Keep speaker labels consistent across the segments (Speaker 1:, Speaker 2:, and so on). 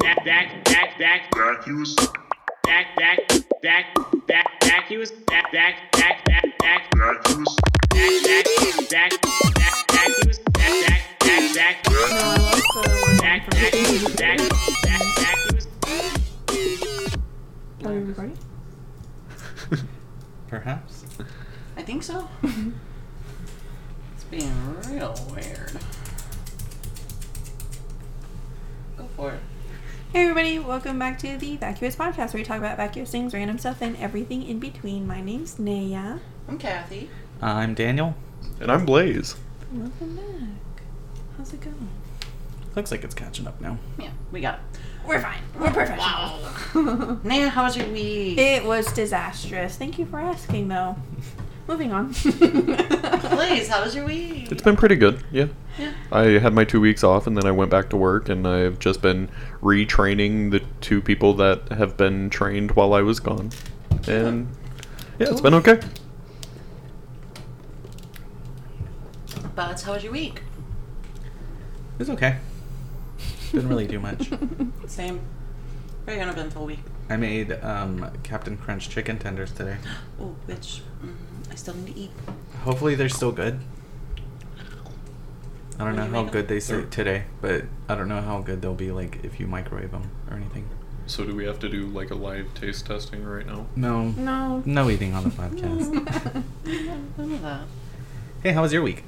Speaker 1: back, back, back,
Speaker 2: vacuous,
Speaker 1: back, back, back, back, vacuous, back, back, back, back, back,
Speaker 2: vacuous,
Speaker 1: back, back, back, back, vacuous, back, back, back, back,
Speaker 3: No, I like the one
Speaker 1: back,
Speaker 3: from-
Speaker 1: back, back, back, vacuous.
Speaker 3: Are we recording?
Speaker 4: Perhaps.
Speaker 5: I think so. it's being real weird. Go for it.
Speaker 3: Hey everybody, welcome back to the Vacuous Podcast where we talk about vacuous things, random stuff, and everything in between. My name's Naya.
Speaker 5: I'm Kathy.
Speaker 4: I'm Daniel.
Speaker 6: And I'm Blaze.
Speaker 3: Welcome back. How's it going?
Speaker 4: Looks like it's catching up now.
Speaker 5: Yeah, we got
Speaker 3: We're fine. We're
Speaker 5: it.
Speaker 3: professional.
Speaker 5: Wow. Naya, how was your week?
Speaker 3: It was disastrous. Thank you for asking though. Moving on.
Speaker 5: Please, how was your week?
Speaker 6: It's been pretty good, yeah.
Speaker 5: Yeah.
Speaker 6: I had my two weeks off and then I went back to work and I've just been retraining the two people that have been trained while I was gone. And yeah, it's been okay.
Speaker 5: Buds, how was your week?
Speaker 4: It was okay. Didn't really do much.
Speaker 5: Same. Very uneventful week.
Speaker 4: I made um, Captain Crunch chicken tenders today.
Speaker 5: Oh, which mm, I still need to eat.
Speaker 4: Hopefully they're still good. I don't
Speaker 5: When
Speaker 4: know
Speaker 5: you
Speaker 4: how
Speaker 5: make 'em.
Speaker 4: good they say today, but I don't know how good they'll be like if you microwave them or anything.
Speaker 6: So do we have to do like a live taste testing right now?
Speaker 4: No,
Speaker 3: no.
Speaker 4: no eating on the podcast.
Speaker 5: None of that.
Speaker 4: hey, how was your week?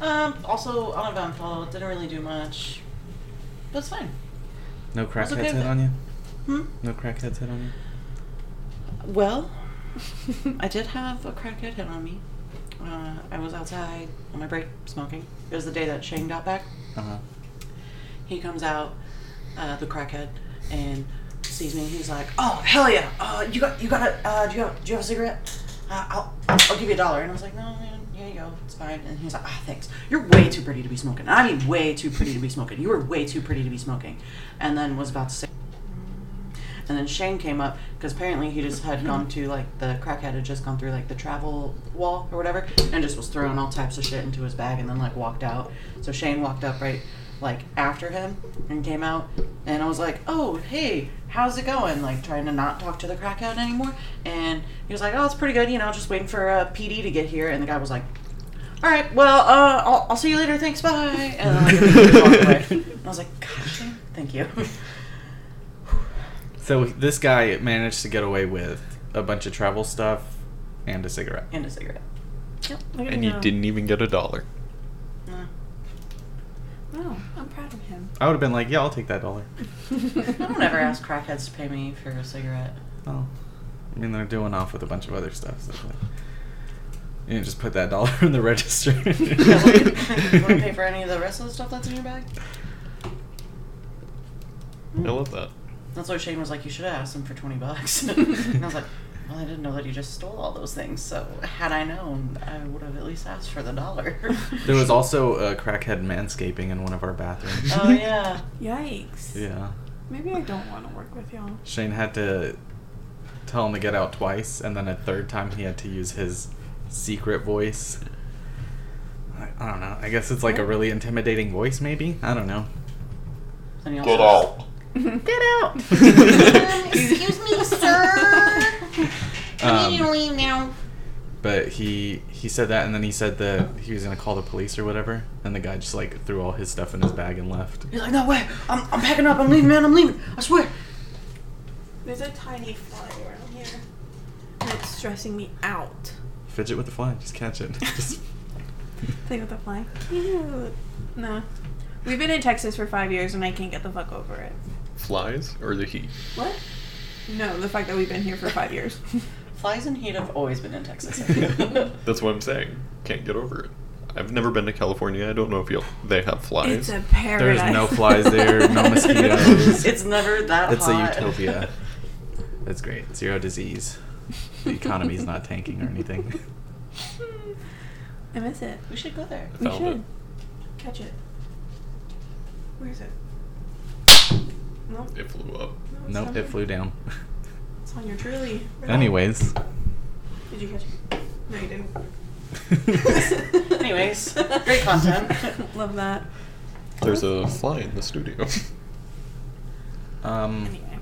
Speaker 5: Um, also uneventful. Didn't really do much. But it's fine.
Speaker 4: No
Speaker 5: Was it
Speaker 4: crackheads
Speaker 5: good?
Speaker 4: hit on you?
Speaker 5: Hmm?
Speaker 4: No crackheads hit on you?
Speaker 5: Well, I did have a crackhead hit on me. Uh, I was outside on my break smoking. It was the day that Shane got back.
Speaker 4: Uh huh.
Speaker 5: He comes out, uh, the crackhead, and sees me. and He's like, "Oh hell yeah! Uh, you got you got a uh, do you have, do you have a cigarette? Uh, I'll I'll give you a dollar." And I was like, "No, man, yeah, you go, it's fine." And he's like, "Ah, thanks. You're way too pretty to be smoking. I mean, way too pretty to be smoking. You were way too pretty to be smoking." And then was about to say. And then Shane came up because apparently he just had gone to like the crackhead had just gone through like the travel wall or whatever and just was throwing all types of shit into his bag and then like walked out. So Shane walked up right like after him and came out and I was like, Oh, hey, how's it going? Like trying to not talk to the crackhead anymore. And he was like, Oh, it's pretty good, you know, just waiting for uh, PD to get here. And the guy was like, all right, well, uh, I'll, I'll see you later. Thanks, bye. And then, like, he walked away. And I was like, gosh, thank you.
Speaker 4: So this guy managed to get away with a bunch of travel stuff and a cigarette.
Speaker 5: and a cigarette.
Speaker 3: Look at
Speaker 6: And
Speaker 3: me
Speaker 6: you
Speaker 3: go.
Speaker 6: didn't even get a dollar.
Speaker 5: Nah.
Speaker 3: Wow, Oh, I'm proud of him.
Speaker 4: I would have been like, yeah, I'll take that dollar.
Speaker 5: I don't ever ask crackheads to pay me for a cigarette.
Speaker 4: Oh. I mean, they're doing off with a bunch of other stuff. So like, you just put that dollar in the register.
Speaker 5: you want to pay for any of the rest of the stuff that's in your bag?
Speaker 6: I love that.
Speaker 5: That's why Shane was like, you should have asked him for 20 bucks. and I was like, well, I didn't know that you just stole all those things, so had I known, I would have at least asked for the dollar.
Speaker 4: there was also a crackhead manscaping in one of our bathrooms.
Speaker 5: oh, yeah.
Speaker 3: Yikes.
Speaker 4: Yeah.
Speaker 3: Maybe I don't want to work with y'all.
Speaker 4: Shane had to tell him to get out twice, and then a third time he had to use his secret voice. I, I don't know. I guess it's like a really intimidating voice, maybe? I don't know.
Speaker 5: And he
Speaker 2: get
Speaker 5: also-
Speaker 2: out,
Speaker 5: Get out!
Speaker 3: excuse me, sir.
Speaker 4: Um, But he he said that, and then he said that he was gonna call the police or whatever, and the guy just like threw all his stuff in his bag and left.
Speaker 5: He's like, no way! I'm, I'm packing up, I'm leaving, man, I'm leaving! I swear!
Speaker 3: There's a tiny fly around here. And it's stressing me out.
Speaker 4: Fidget with the fly, just catch it. Just-
Speaker 3: Play with the fly. Cute. Nah. We've been in Texas for five years and I can't get the fuck over it.
Speaker 6: Flies or the heat?
Speaker 3: What? No, the fact that we've been here for five years.
Speaker 5: Flies and heat have always been in Texas. I think.
Speaker 6: That's what I'm saying. Can't get over it. I've never been to California. I don't know if you they have
Speaker 3: it's
Speaker 6: flies.
Speaker 3: a paradise.
Speaker 4: no flies there, no mosquitoes.
Speaker 5: it's never that
Speaker 4: it's a
Speaker 5: hot.
Speaker 4: utopia. That's great. Zero disease. The economy's not tanking or anything.
Speaker 3: I miss it.
Speaker 5: We should go there.
Speaker 3: We
Speaker 6: Found
Speaker 3: should.
Speaker 6: it.
Speaker 3: Catch it. Where is it? No.
Speaker 6: it flew up.
Speaker 3: no it's
Speaker 4: Nope,
Speaker 3: not
Speaker 4: it
Speaker 3: there.
Speaker 4: flew down.
Speaker 3: It's on your trilly.
Speaker 4: Anyways.
Speaker 3: Did you catch it? No, you didn't.
Speaker 5: Anyways, great content.
Speaker 3: Love that.
Speaker 6: There's a fly in the studio.
Speaker 4: Um,
Speaker 3: Anyway.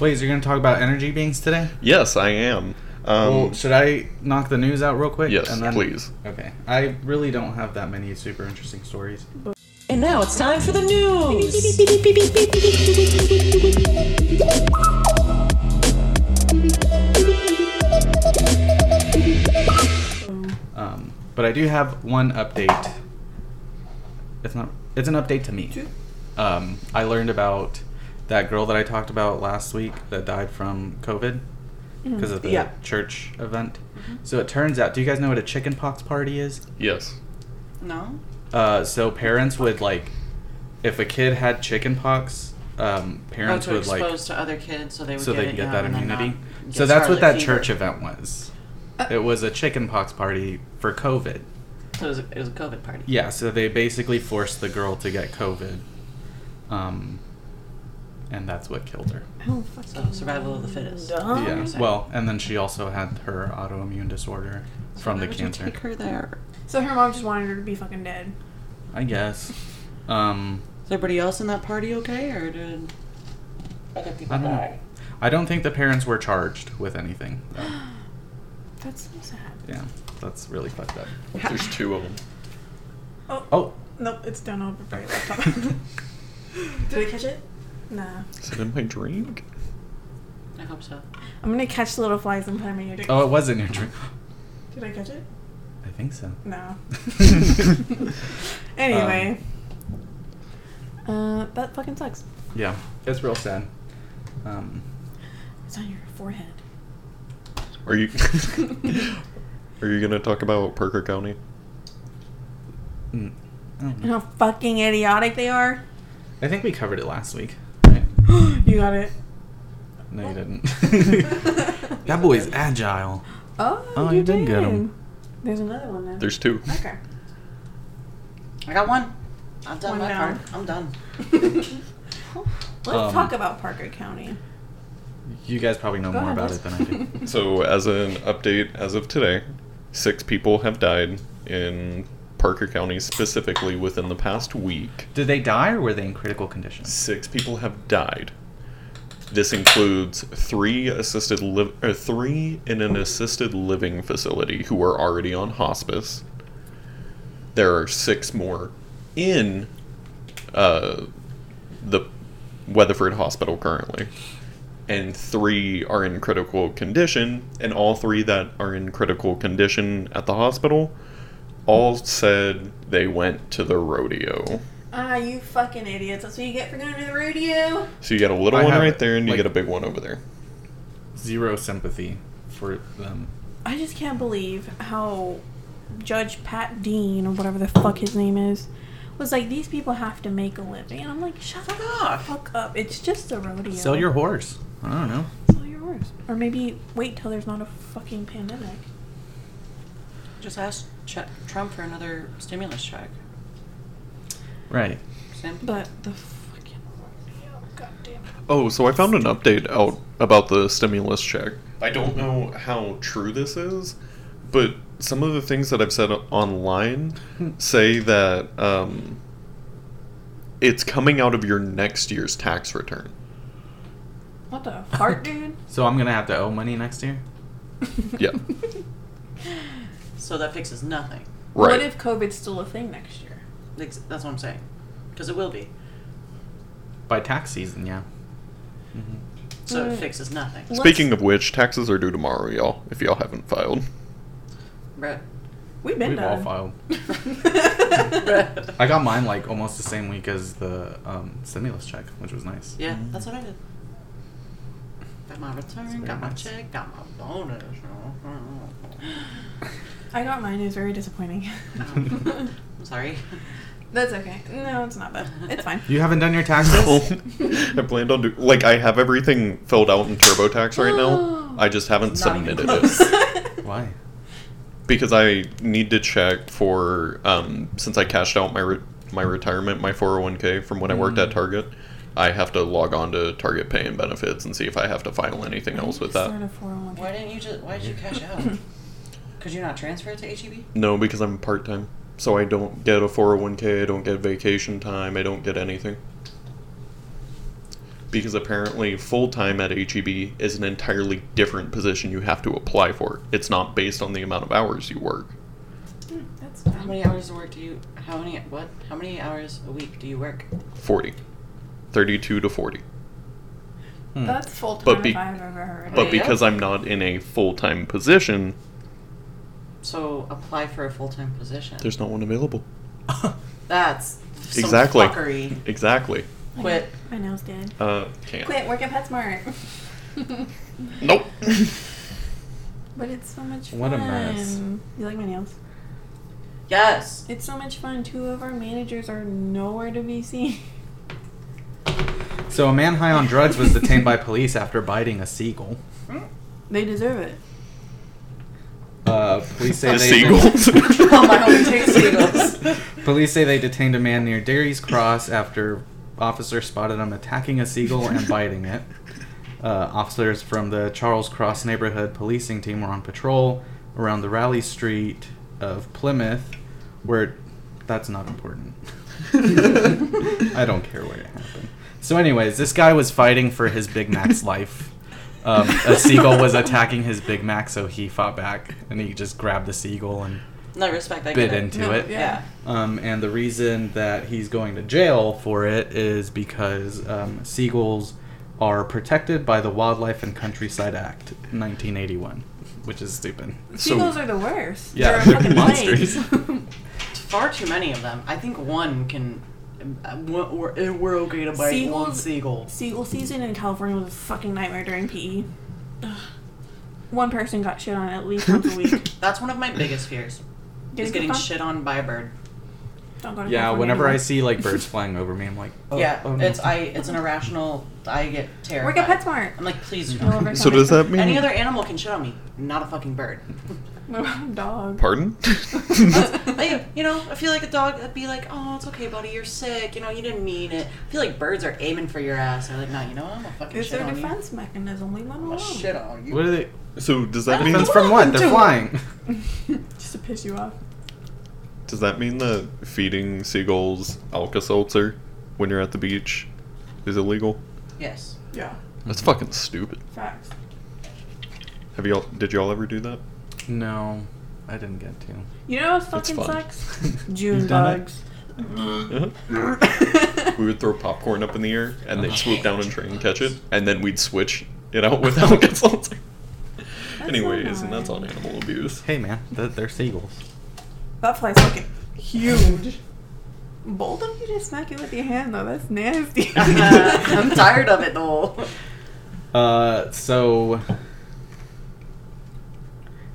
Speaker 4: wait, so you're going to talk about energy beings today?
Speaker 6: Yes, I am. Um,
Speaker 4: well, should I knock the news out real quick?
Speaker 6: yes,
Speaker 4: and then-
Speaker 6: please.
Speaker 4: Okay. I really don't have that many super interesting stories.
Speaker 5: And now it's time for the news.
Speaker 4: Um, but I do have one update. It's not. It's an update to me.
Speaker 3: Sure.
Speaker 4: Um, I learned about that girl that I talked about last week that died from COVID because of the
Speaker 5: Yeah.
Speaker 4: church event. So it turns out. Do you guys know what a chickenpox party is?
Speaker 6: Yes.
Speaker 5: No.
Speaker 4: Uh, so parents would like, if a kid had chickenpox, um,
Speaker 5: Oh,
Speaker 4: parents
Speaker 5: to
Speaker 4: would like
Speaker 5: expose to other kids so they would
Speaker 4: so
Speaker 5: get
Speaker 4: they
Speaker 5: it,
Speaker 4: can get
Speaker 5: yeah,
Speaker 4: that
Speaker 5: and then
Speaker 4: immunity.
Speaker 5: not
Speaker 4: So
Speaker 5: get
Speaker 4: that's what
Speaker 5: scarlet
Speaker 4: that
Speaker 5: fever.
Speaker 4: church event was.
Speaker 3: Uh.
Speaker 4: it was a chickenpox party for COVID.
Speaker 5: So it was, a, it was a COVID party.
Speaker 4: Yeah, so they basically forced the girl to get COVID, um, and that's what killed her.
Speaker 3: Oh,
Speaker 5: So survival of the fittest.
Speaker 3: Dumb.
Speaker 4: yeah.
Speaker 5: okay.
Speaker 4: Well, and then she also had her autoimmune disorder
Speaker 5: So
Speaker 4: from
Speaker 5: why
Speaker 4: the
Speaker 5: would
Speaker 4: cancer.
Speaker 5: You take her there.
Speaker 3: So her mom just wanted her to be fucking dead.
Speaker 4: I guess. Um,
Speaker 5: Is everybody else in that party okay, or did other people
Speaker 4: I don't know.
Speaker 5: die?
Speaker 4: I don't think the parents were charged with anything. though.
Speaker 3: That's so sad.
Speaker 4: yeah, that's really fucked up.
Speaker 6: There's two of them.
Speaker 3: Oh,
Speaker 4: Oh,
Speaker 3: nope, it's done over by your laptop. Did I catch it? Nah.
Speaker 6: Is it in my drink?
Speaker 5: I hope so.
Speaker 3: I'm gonna catch the little flies and put them in your drink.
Speaker 4: oh, it was in your drink.
Speaker 3: Did I catch it?
Speaker 4: I think so.
Speaker 3: No. Anyway.
Speaker 4: Um,
Speaker 3: uh, that fucking sucks.
Speaker 4: Yeah, it's real sad. Um,
Speaker 3: It's on your forehead.
Speaker 6: Are you Are you gonna talk about Parker County?
Speaker 4: mm, I don't
Speaker 3: You
Speaker 4: know.
Speaker 3: know how fucking idiotic they are?
Speaker 4: I think we covered it last week. Right?
Speaker 3: you got it.
Speaker 4: No, you didn't. that boy's agile.
Speaker 3: Oh,
Speaker 4: Oh,
Speaker 3: you,
Speaker 4: you
Speaker 3: did
Speaker 4: did get 'em.
Speaker 3: There's another one now.
Speaker 6: There's two.
Speaker 3: Okay.
Speaker 5: I got one. I've
Speaker 3: One
Speaker 5: done my
Speaker 3: down.
Speaker 5: part. I'm done.
Speaker 3: Let's
Speaker 4: Um,
Speaker 3: talk about Parker County.
Speaker 4: You guys probably know
Speaker 3: Go
Speaker 4: more
Speaker 3: ahead,
Speaker 4: about
Speaker 3: let's-
Speaker 4: it than I do.
Speaker 6: So as an update, as of today, six people have died in Parker County, specifically within the past week.
Speaker 4: Did they die or were they in critical condition?
Speaker 6: Six people have died. This includes three assisted liv- or three in an assisted living facility who are already on hospice. There are six more in uh, the Weatherford Hospital currently, and three are in critical condition. And all three that are in critical condition at the hospital all said they went to the rodeo.
Speaker 3: Ah, you fucking idiots. That's what you get for going to the rodeo.
Speaker 6: So you got a little
Speaker 4: I
Speaker 6: one
Speaker 4: have
Speaker 6: right
Speaker 4: it.
Speaker 6: there, and you
Speaker 4: Like-
Speaker 6: get a big one over there.
Speaker 4: Zero sympathy for them.
Speaker 3: I just can't believe how Judge Pat Dean, or whatever the fuck his name is, was like, these people have to make a living. And I'm like, shut the
Speaker 5: off.
Speaker 3: fuck up. It's just a rodeo.
Speaker 4: Sell your horse. I don't know.
Speaker 3: Sell your horse. Or maybe wait till there's not a fucking pandemic.
Speaker 5: Just ask Ch- Trump for another stimulus check.
Speaker 4: Right.
Speaker 5: Sam?
Speaker 3: But the fucking rodeo. God damn it.
Speaker 6: Oh, so I found an update out about the stimulus check. I don't know how true this is, but some of the things that I've said online say that um, it's coming out of your next year's tax return.
Speaker 3: What the fart, dude?
Speaker 4: So I'm gonna have to owe money next year.
Speaker 6: Yeah,
Speaker 5: So that fixes nothing.
Speaker 6: right.
Speaker 3: What if COVID's still a thing next year?
Speaker 5: Ex- That's what I'm saying. Because it will be.
Speaker 4: By tax season, yeah.
Speaker 5: So it
Speaker 3: Right.
Speaker 5: fixes nothing.
Speaker 6: Speaking of which, taxes are due tomorrow, y'all. If y'all haven't filed,
Speaker 5: Brett.
Speaker 3: We've been
Speaker 4: We've all
Speaker 3: done.
Speaker 4: filed.
Speaker 5: Brett.
Speaker 4: I got mine like almost the same week as the um, stimulus check, which was nice.
Speaker 5: Yeah, that's what I did. Got my return,
Speaker 4: very
Speaker 5: got my
Speaker 4: nice.
Speaker 5: check, got my bonus.
Speaker 3: I got mine. It was very disappointing.
Speaker 5: I'm sorry.
Speaker 3: That's okay. No, it's not bad. It's fine.
Speaker 4: You haven't done your taxes.
Speaker 6: I planned on do like I have everything filled out in TurboTax right now. I just haven't
Speaker 5: Not even
Speaker 6: submitted it.
Speaker 5: close.
Speaker 4: Why?
Speaker 6: because I need to check for um, since I cashed out my re- my retirement, my 401k from when I worked at Target. I have to log on to Target Pay and Benefits and see if I have to file anything else with
Speaker 3: Start
Speaker 6: that.
Speaker 3: a 401k.
Speaker 5: Why didn't you just? Why did you cash out? Could you not transfer it to E HEB?
Speaker 6: No, because I'm part time, oh so I don't get a 401k. I don't get vacation time. I don't get anything. because apparently full time at HEB is an entirely different position you have to apply for. It's not based on the amount of hours you work.
Speaker 3: Hmm, that's
Speaker 5: How
Speaker 3: fine.
Speaker 5: many hours of work do you? How many? What? How many hours a week do you work?
Speaker 6: 40. 32 to 40.
Speaker 4: Hmm.
Speaker 3: That's full time
Speaker 6: But be-
Speaker 3: if I've ever heard.
Speaker 6: But
Speaker 5: Yeah.
Speaker 6: because I'm not in a full time position,
Speaker 5: So apply for a full time position.
Speaker 6: there's not one available.
Speaker 5: That's some
Speaker 6: Exactly.
Speaker 5: fuckery.
Speaker 6: Exactly.
Speaker 3: My-
Speaker 5: quit.
Speaker 3: My nails dead.
Speaker 6: Uh, can't.
Speaker 3: Quit. Work at PetSmart.
Speaker 6: Nope.
Speaker 3: but it's so much fun.
Speaker 4: What a mess.
Speaker 3: You like my nails?
Speaker 5: Yes.
Speaker 3: It's so much fun. Two of our managers are nowhere to be seen.
Speaker 4: so a man high on drugs was detained by police after biting a seagull.
Speaker 3: They deserve it.
Speaker 4: Uh, police say
Speaker 6: The
Speaker 4: they
Speaker 6: seagulls.
Speaker 5: Oh my god, take seagulls.
Speaker 4: Police say they detained a man near Derry's Cross after officer spotted him attacking a seagull and biting it. Uh, officers from the Charles Cross neighborhood policing team were on patrol around the Raleigh Street of Plymouth, where that's not important. I don't care where it happened. So, anyways, this guy was fighting for his Big Mac's life. Um, a seagull was attacking his Big Mac, so he fought back and he just grabbed the seagull and
Speaker 5: No respect. I
Speaker 4: bit
Speaker 5: get it.
Speaker 4: into
Speaker 3: No,
Speaker 4: it.
Speaker 5: Yeah.
Speaker 4: Um, and the reason that he's going to jail for it is because um, seagulls are protected by the Wildlife and Countryside Act, 1981, which is stupid.
Speaker 3: Seagulls are the worst.
Speaker 4: Yeah,
Speaker 3: they're,
Speaker 4: they're
Speaker 3: a fucking
Speaker 4: monsters.
Speaker 3: plague.
Speaker 5: Far too many of them. I think one can. uh, We're, we're okay to bite one
Speaker 3: Seagulls-
Speaker 5: seagull.
Speaker 3: Seagull season in California was a fucking nightmare during PE. Ugh. One person got shit on at least once a week.
Speaker 5: That's one of my biggest fears. Is
Speaker 3: Did
Speaker 5: getting
Speaker 3: it get
Speaker 5: shit on by a bird.
Speaker 3: fun? Don't go to
Speaker 4: Yeah,
Speaker 3: California
Speaker 4: whenever I
Speaker 3: anymore.
Speaker 4: see like birds flying over me, I'm like, oh,
Speaker 5: yeah,
Speaker 4: oh, no.
Speaker 5: it's I. It's an irrational. I get terrified.
Speaker 3: Work at PetSmart.
Speaker 5: I'm like, please do
Speaker 3: No,
Speaker 5: not.
Speaker 3: we're
Speaker 6: so does that mean?
Speaker 5: Any other animal can shit on me. Not a fucking bird.
Speaker 3: What about a dog?
Speaker 6: Pardon?
Speaker 5: Like, you know, I feel like a dog would be like, oh, it's okay, buddy, you're sick. You know, you didn't mean it. I feel like birds are aiming for your ass. They're like, no, you know, I'm a fucking
Speaker 3: It's
Speaker 5: shit
Speaker 3: their
Speaker 5: on you.
Speaker 3: defense mechanism. Leave them
Speaker 5: I'm
Speaker 3: alone.
Speaker 5: a shit on you.
Speaker 4: what are they?
Speaker 6: so does that mean?
Speaker 4: Defense from what? They're
Speaker 5: doing?
Speaker 4: flying.
Speaker 3: Just to piss you off.
Speaker 6: Does that mean that feeding seagulls Alka Seltzer when you're at the beach is illegal?
Speaker 5: Yes.
Speaker 3: Yeah.
Speaker 6: That's fucking stupid.
Speaker 3: Facts.
Speaker 6: Have y'all? Did y'all ever do that?
Speaker 4: No, I didn't get to.
Speaker 3: You know what fucking
Speaker 6: fun.
Speaker 3: sucks? June
Speaker 4: You've done it?
Speaker 3: bugs.
Speaker 5: Uh-huh.
Speaker 6: we would throw popcorn up in the air, and they'd swoop down and try and catch it, and then we'd switch it out with Alka Seltzer.
Speaker 3: That's
Speaker 6: Anyways, and that's
Speaker 3: annoying.
Speaker 6: on animal abuse.
Speaker 4: Hey man, th- they're seagulls.
Speaker 3: That fly's fucking huge. Bold of you to smack it with your hand though. That's nasty.
Speaker 5: I'm tired of it though.
Speaker 4: Uh, so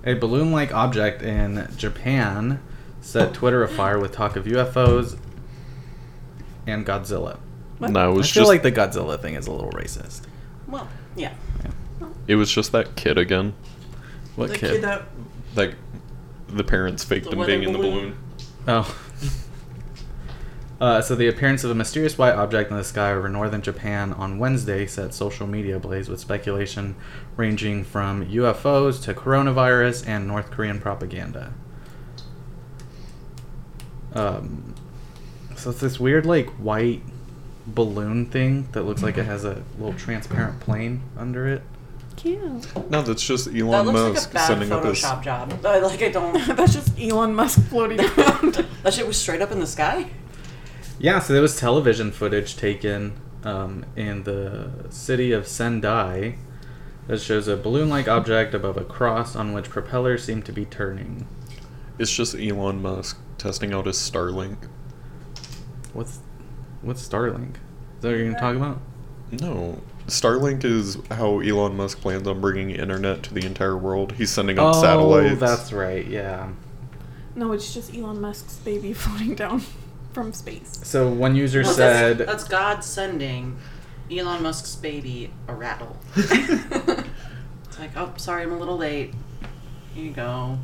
Speaker 4: a balloon-like object in Japan set Twitter afire with talk of UFOs and Godzilla.
Speaker 3: What?
Speaker 6: No, it was
Speaker 4: I feel
Speaker 6: just
Speaker 4: like the Godzilla thing is a little racist.
Speaker 5: Well, yeah.
Speaker 6: it was just that kid again.
Speaker 4: What
Speaker 3: the
Speaker 4: kid?
Speaker 3: kid that
Speaker 6: Like the parents faked
Speaker 5: The
Speaker 6: him being in the
Speaker 5: weather
Speaker 6: balloon.
Speaker 4: Oh. Uh, so the appearance of a mysterious white object in the sky over northern Japan on Wednesday set social media ablaze with speculation ranging from UFOs to coronavirus and North Korean propaganda. Um, so it's this weird like white balloon thing that looks like it has a little transparent plane under it.
Speaker 3: cute.
Speaker 6: No, that's just
Speaker 5: That
Speaker 6: Elon
Speaker 5: looks like
Speaker 6: Musk
Speaker 5: a bad
Speaker 6: sending up his.
Speaker 5: Photoshop job. I- Like I don't.
Speaker 3: That's just Elon Musk floating around.
Speaker 5: that shit was straight up in the sky.
Speaker 4: Yeah, so there was television footage taken um, in the city of Sendai that shows a balloon like object above a cross on which propellers seem to be turning.
Speaker 6: It's just Elon Musk testing out his Starlink.
Speaker 4: What's what's Starlink? Is that what you're gonna talk about?
Speaker 6: No. Starlink is how Elon Musk plans on bringing internet to the entire world. He's sending up
Speaker 4: oh,
Speaker 6: satellites.
Speaker 4: that's right. Yeah.
Speaker 3: No, it's just Elon Musk's baby floating down from space.
Speaker 4: So one user
Speaker 5: Well, that's,
Speaker 4: said
Speaker 5: that's God sending Elon Musk's baby a rattle. It's like, oh, sorry, I'm a little late. Here you go.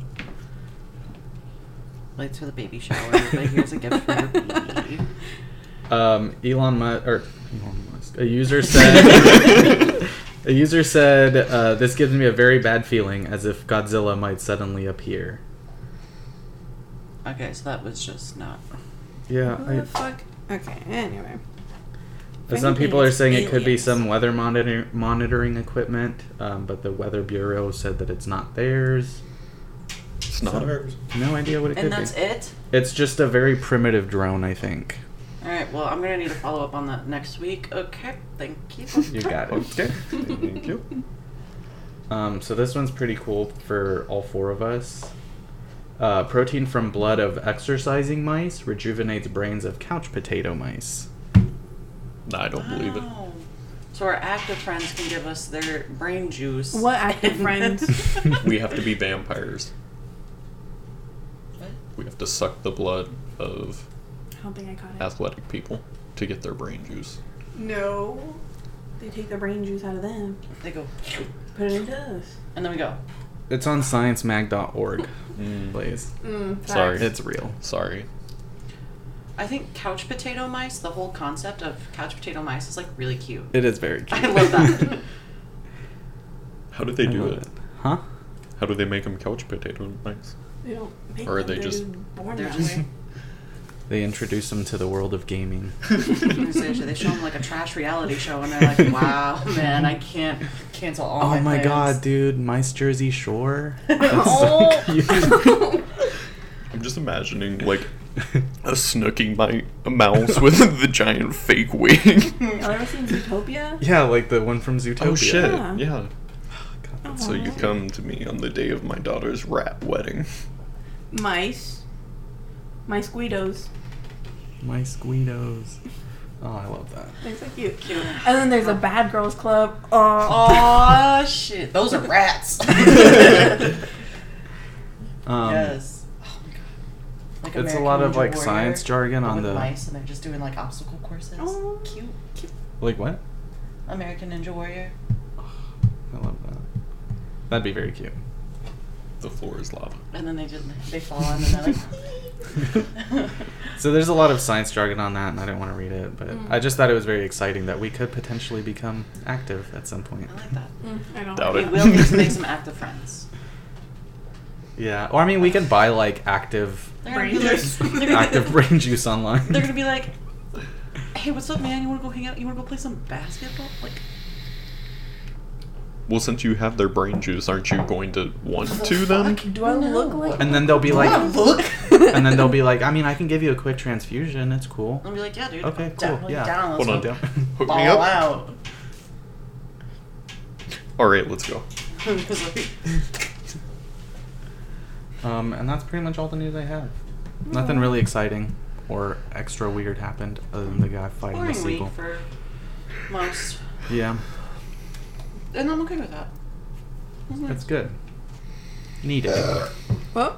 Speaker 5: Late to the baby shower, but here's a gift for your baby.
Speaker 4: um, Elon Musk or Elon Musk. A user said a user said uh, this gives me a very bad feeling as if Godzilla might suddenly appear.
Speaker 5: Okay, so that was just not.
Speaker 4: Yeah,
Speaker 3: Who
Speaker 4: I,
Speaker 3: the fuck? Okay, anyway.
Speaker 4: But some people are
Speaker 3: Anything,
Speaker 4: saying it could be
Speaker 3: aliens.
Speaker 4: some weather monitor- monitoring equipment, um, but the Weather Bureau said that it's not theirs.
Speaker 6: It's not
Speaker 4: So-
Speaker 6: ours.
Speaker 4: No idea what it
Speaker 5: And
Speaker 4: could
Speaker 5: that's
Speaker 4: be.
Speaker 5: it?
Speaker 4: It's just a very primitive drone, I think.
Speaker 5: All right, well, I'm going to need a follow up on that next week. Okay, thank you.
Speaker 4: You got it.
Speaker 6: Okay. Thank you.
Speaker 4: Um, so this one's pretty cool for all four of us. Uh, protein from blood of exercising mice rejuvenates brains of couch potato mice.
Speaker 6: I don't believe it.
Speaker 5: Wow. So our active friends can give us their brain juice.
Speaker 3: What active friends?
Speaker 6: We have to be vampires.
Speaker 5: What?
Speaker 6: We have to suck the blood of
Speaker 3: I don't think I caught it.
Speaker 6: athletic people to get their brain juice.
Speaker 5: No.
Speaker 3: They take the brain juice out of them,
Speaker 5: They go,
Speaker 3: put it into us.
Speaker 5: and then we go.
Speaker 4: It's on sciencemag.org,
Speaker 6: Mm.
Speaker 4: please.
Speaker 3: Mm,
Speaker 6: Sorry.
Speaker 3: facts.
Speaker 4: It's real.
Speaker 6: Sorry.
Speaker 5: I think couch potato mice, the whole concept of couch potato mice is like really cute.
Speaker 4: It is very cute.
Speaker 5: I love that.
Speaker 6: How did they
Speaker 4: I
Speaker 6: do
Speaker 4: love
Speaker 6: it?
Speaker 4: Huh?
Speaker 6: How do they make them couch potato mice?
Speaker 3: They don't make
Speaker 6: Or are
Speaker 3: them, they're
Speaker 6: they just-
Speaker 3: born
Speaker 5: They're
Speaker 3: that
Speaker 5: just-
Speaker 3: way.
Speaker 4: They introduce them to the world of gaming.
Speaker 5: Seriously, they show them like a trash reality show, and they're like, "Wow, man, I can't cancel all
Speaker 4: Oh
Speaker 5: my
Speaker 4: my
Speaker 5: plans."
Speaker 4: god, dude, Mice Jersey Shore.
Speaker 5: Oh.
Speaker 6: I'm just imagining like a snooking my a mouse with the giant fake wing.
Speaker 3: Have you ever seen Zootopia?
Speaker 4: yeah, like the one from Zootopia.
Speaker 6: oh shit!
Speaker 3: Yeah.
Speaker 6: Yeah.
Speaker 4: God,
Speaker 6: So you come to me on the day of my daughter's rap wedding.
Speaker 3: Mice. Mice Guidos.
Speaker 4: Mice Guidos. Oh, I love that.
Speaker 3: They're so cute.
Speaker 5: Cute.
Speaker 3: And then there's a Bad Girls Club. Oh.
Speaker 5: Aw, shit. Those are rats.
Speaker 4: Um,
Speaker 5: yes. Oh my god. Like
Speaker 4: It's a
Speaker 5: American
Speaker 4: lot of
Speaker 5: Ninja
Speaker 4: like
Speaker 5: Warrior,
Speaker 4: science jargon
Speaker 5: but
Speaker 4: on
Speaker 5: with
Speaker 4: the
Speaker 5: mice, and they're just doing like obstacle courses.
Speaker 3: Oh.
Speaker 5: Cute, cute.
Speaker 4: like what?
Speaker 5: American Ninja Warrior.
Speaker 4: I love that. That'd be very cute.
Speaker 6: The floor is lava.
Speaker 5: And then they just they fall on and they're like.
Speaker 4: So there's a lot of science jargon on that, and I didn't want to read it, but
Speaker 3: Mm.
Speaker 4: I just thought it was very exciting that we could potentially become active at some point.
Speaker 5: I like that.
Speaker 3: Mm, I don't.
Speaker 6: Doubt
Speaker 5: We
Speaker 6: it.
Speaker 5: will need to make some active friends.
Speaker 4: Yeah, or I mean, we could buy like active,
Speaker 5: They're
Speaker 3: Brain
Speaker 5: gonna be like-
Speaker 3: juice.
Speaker 5: they're gonna-
Speaker 4: active brain juice online.
Speaker 5: They're gonna be like, "Hey, what's up, man? You wanna go hang out? You wanna go play some basketball?" Like,
Speaker 6: Well, since you have their brain juice, aren't you going to want to them?
Speaker 3: Do I
Speaker 5: No.
Speaker 3: look like?
Speaker 4: and then they'll be like,
Speaker 5: "Yeah, look."
Speaker 4: and then they'll be like, I mean, I can give you a quick transfusion. It's cool.
Speaker 5: I'll be like, "Yeah, dude.
Speaker 4: Okay,
Speaker 5: I'm
Speaker 4: cool,
Speaker 5: Definitely
Speaker 4: yeah.
Speaker 5: down. Let's
Speaker 6: Hold on,
Speaker 5: go
Speaker 6: down. Hook
Speaker 5: Ball
Speaker 6: me up.
Speaker 5: out.
Speaker 6: All right, let's go.
Speaker 5: 'Cause, like,
Speaker 4: Um, and that's pretty much all the news I have.
Speaker 5: Mm.
Speaker 4: Nothing really exciting or extra weird happened other than the guy fighting the
Speaker 5: boring
Speaker 4: seagull.
Speaker 5: week for most,
Speaker 4: yeah,
Speaker 5: and I'm okay with that. Isn't
Speaker 4: that's
Speaker 5: it?
Speaker 4: good. Needed. all
Speaker 3: Whoa.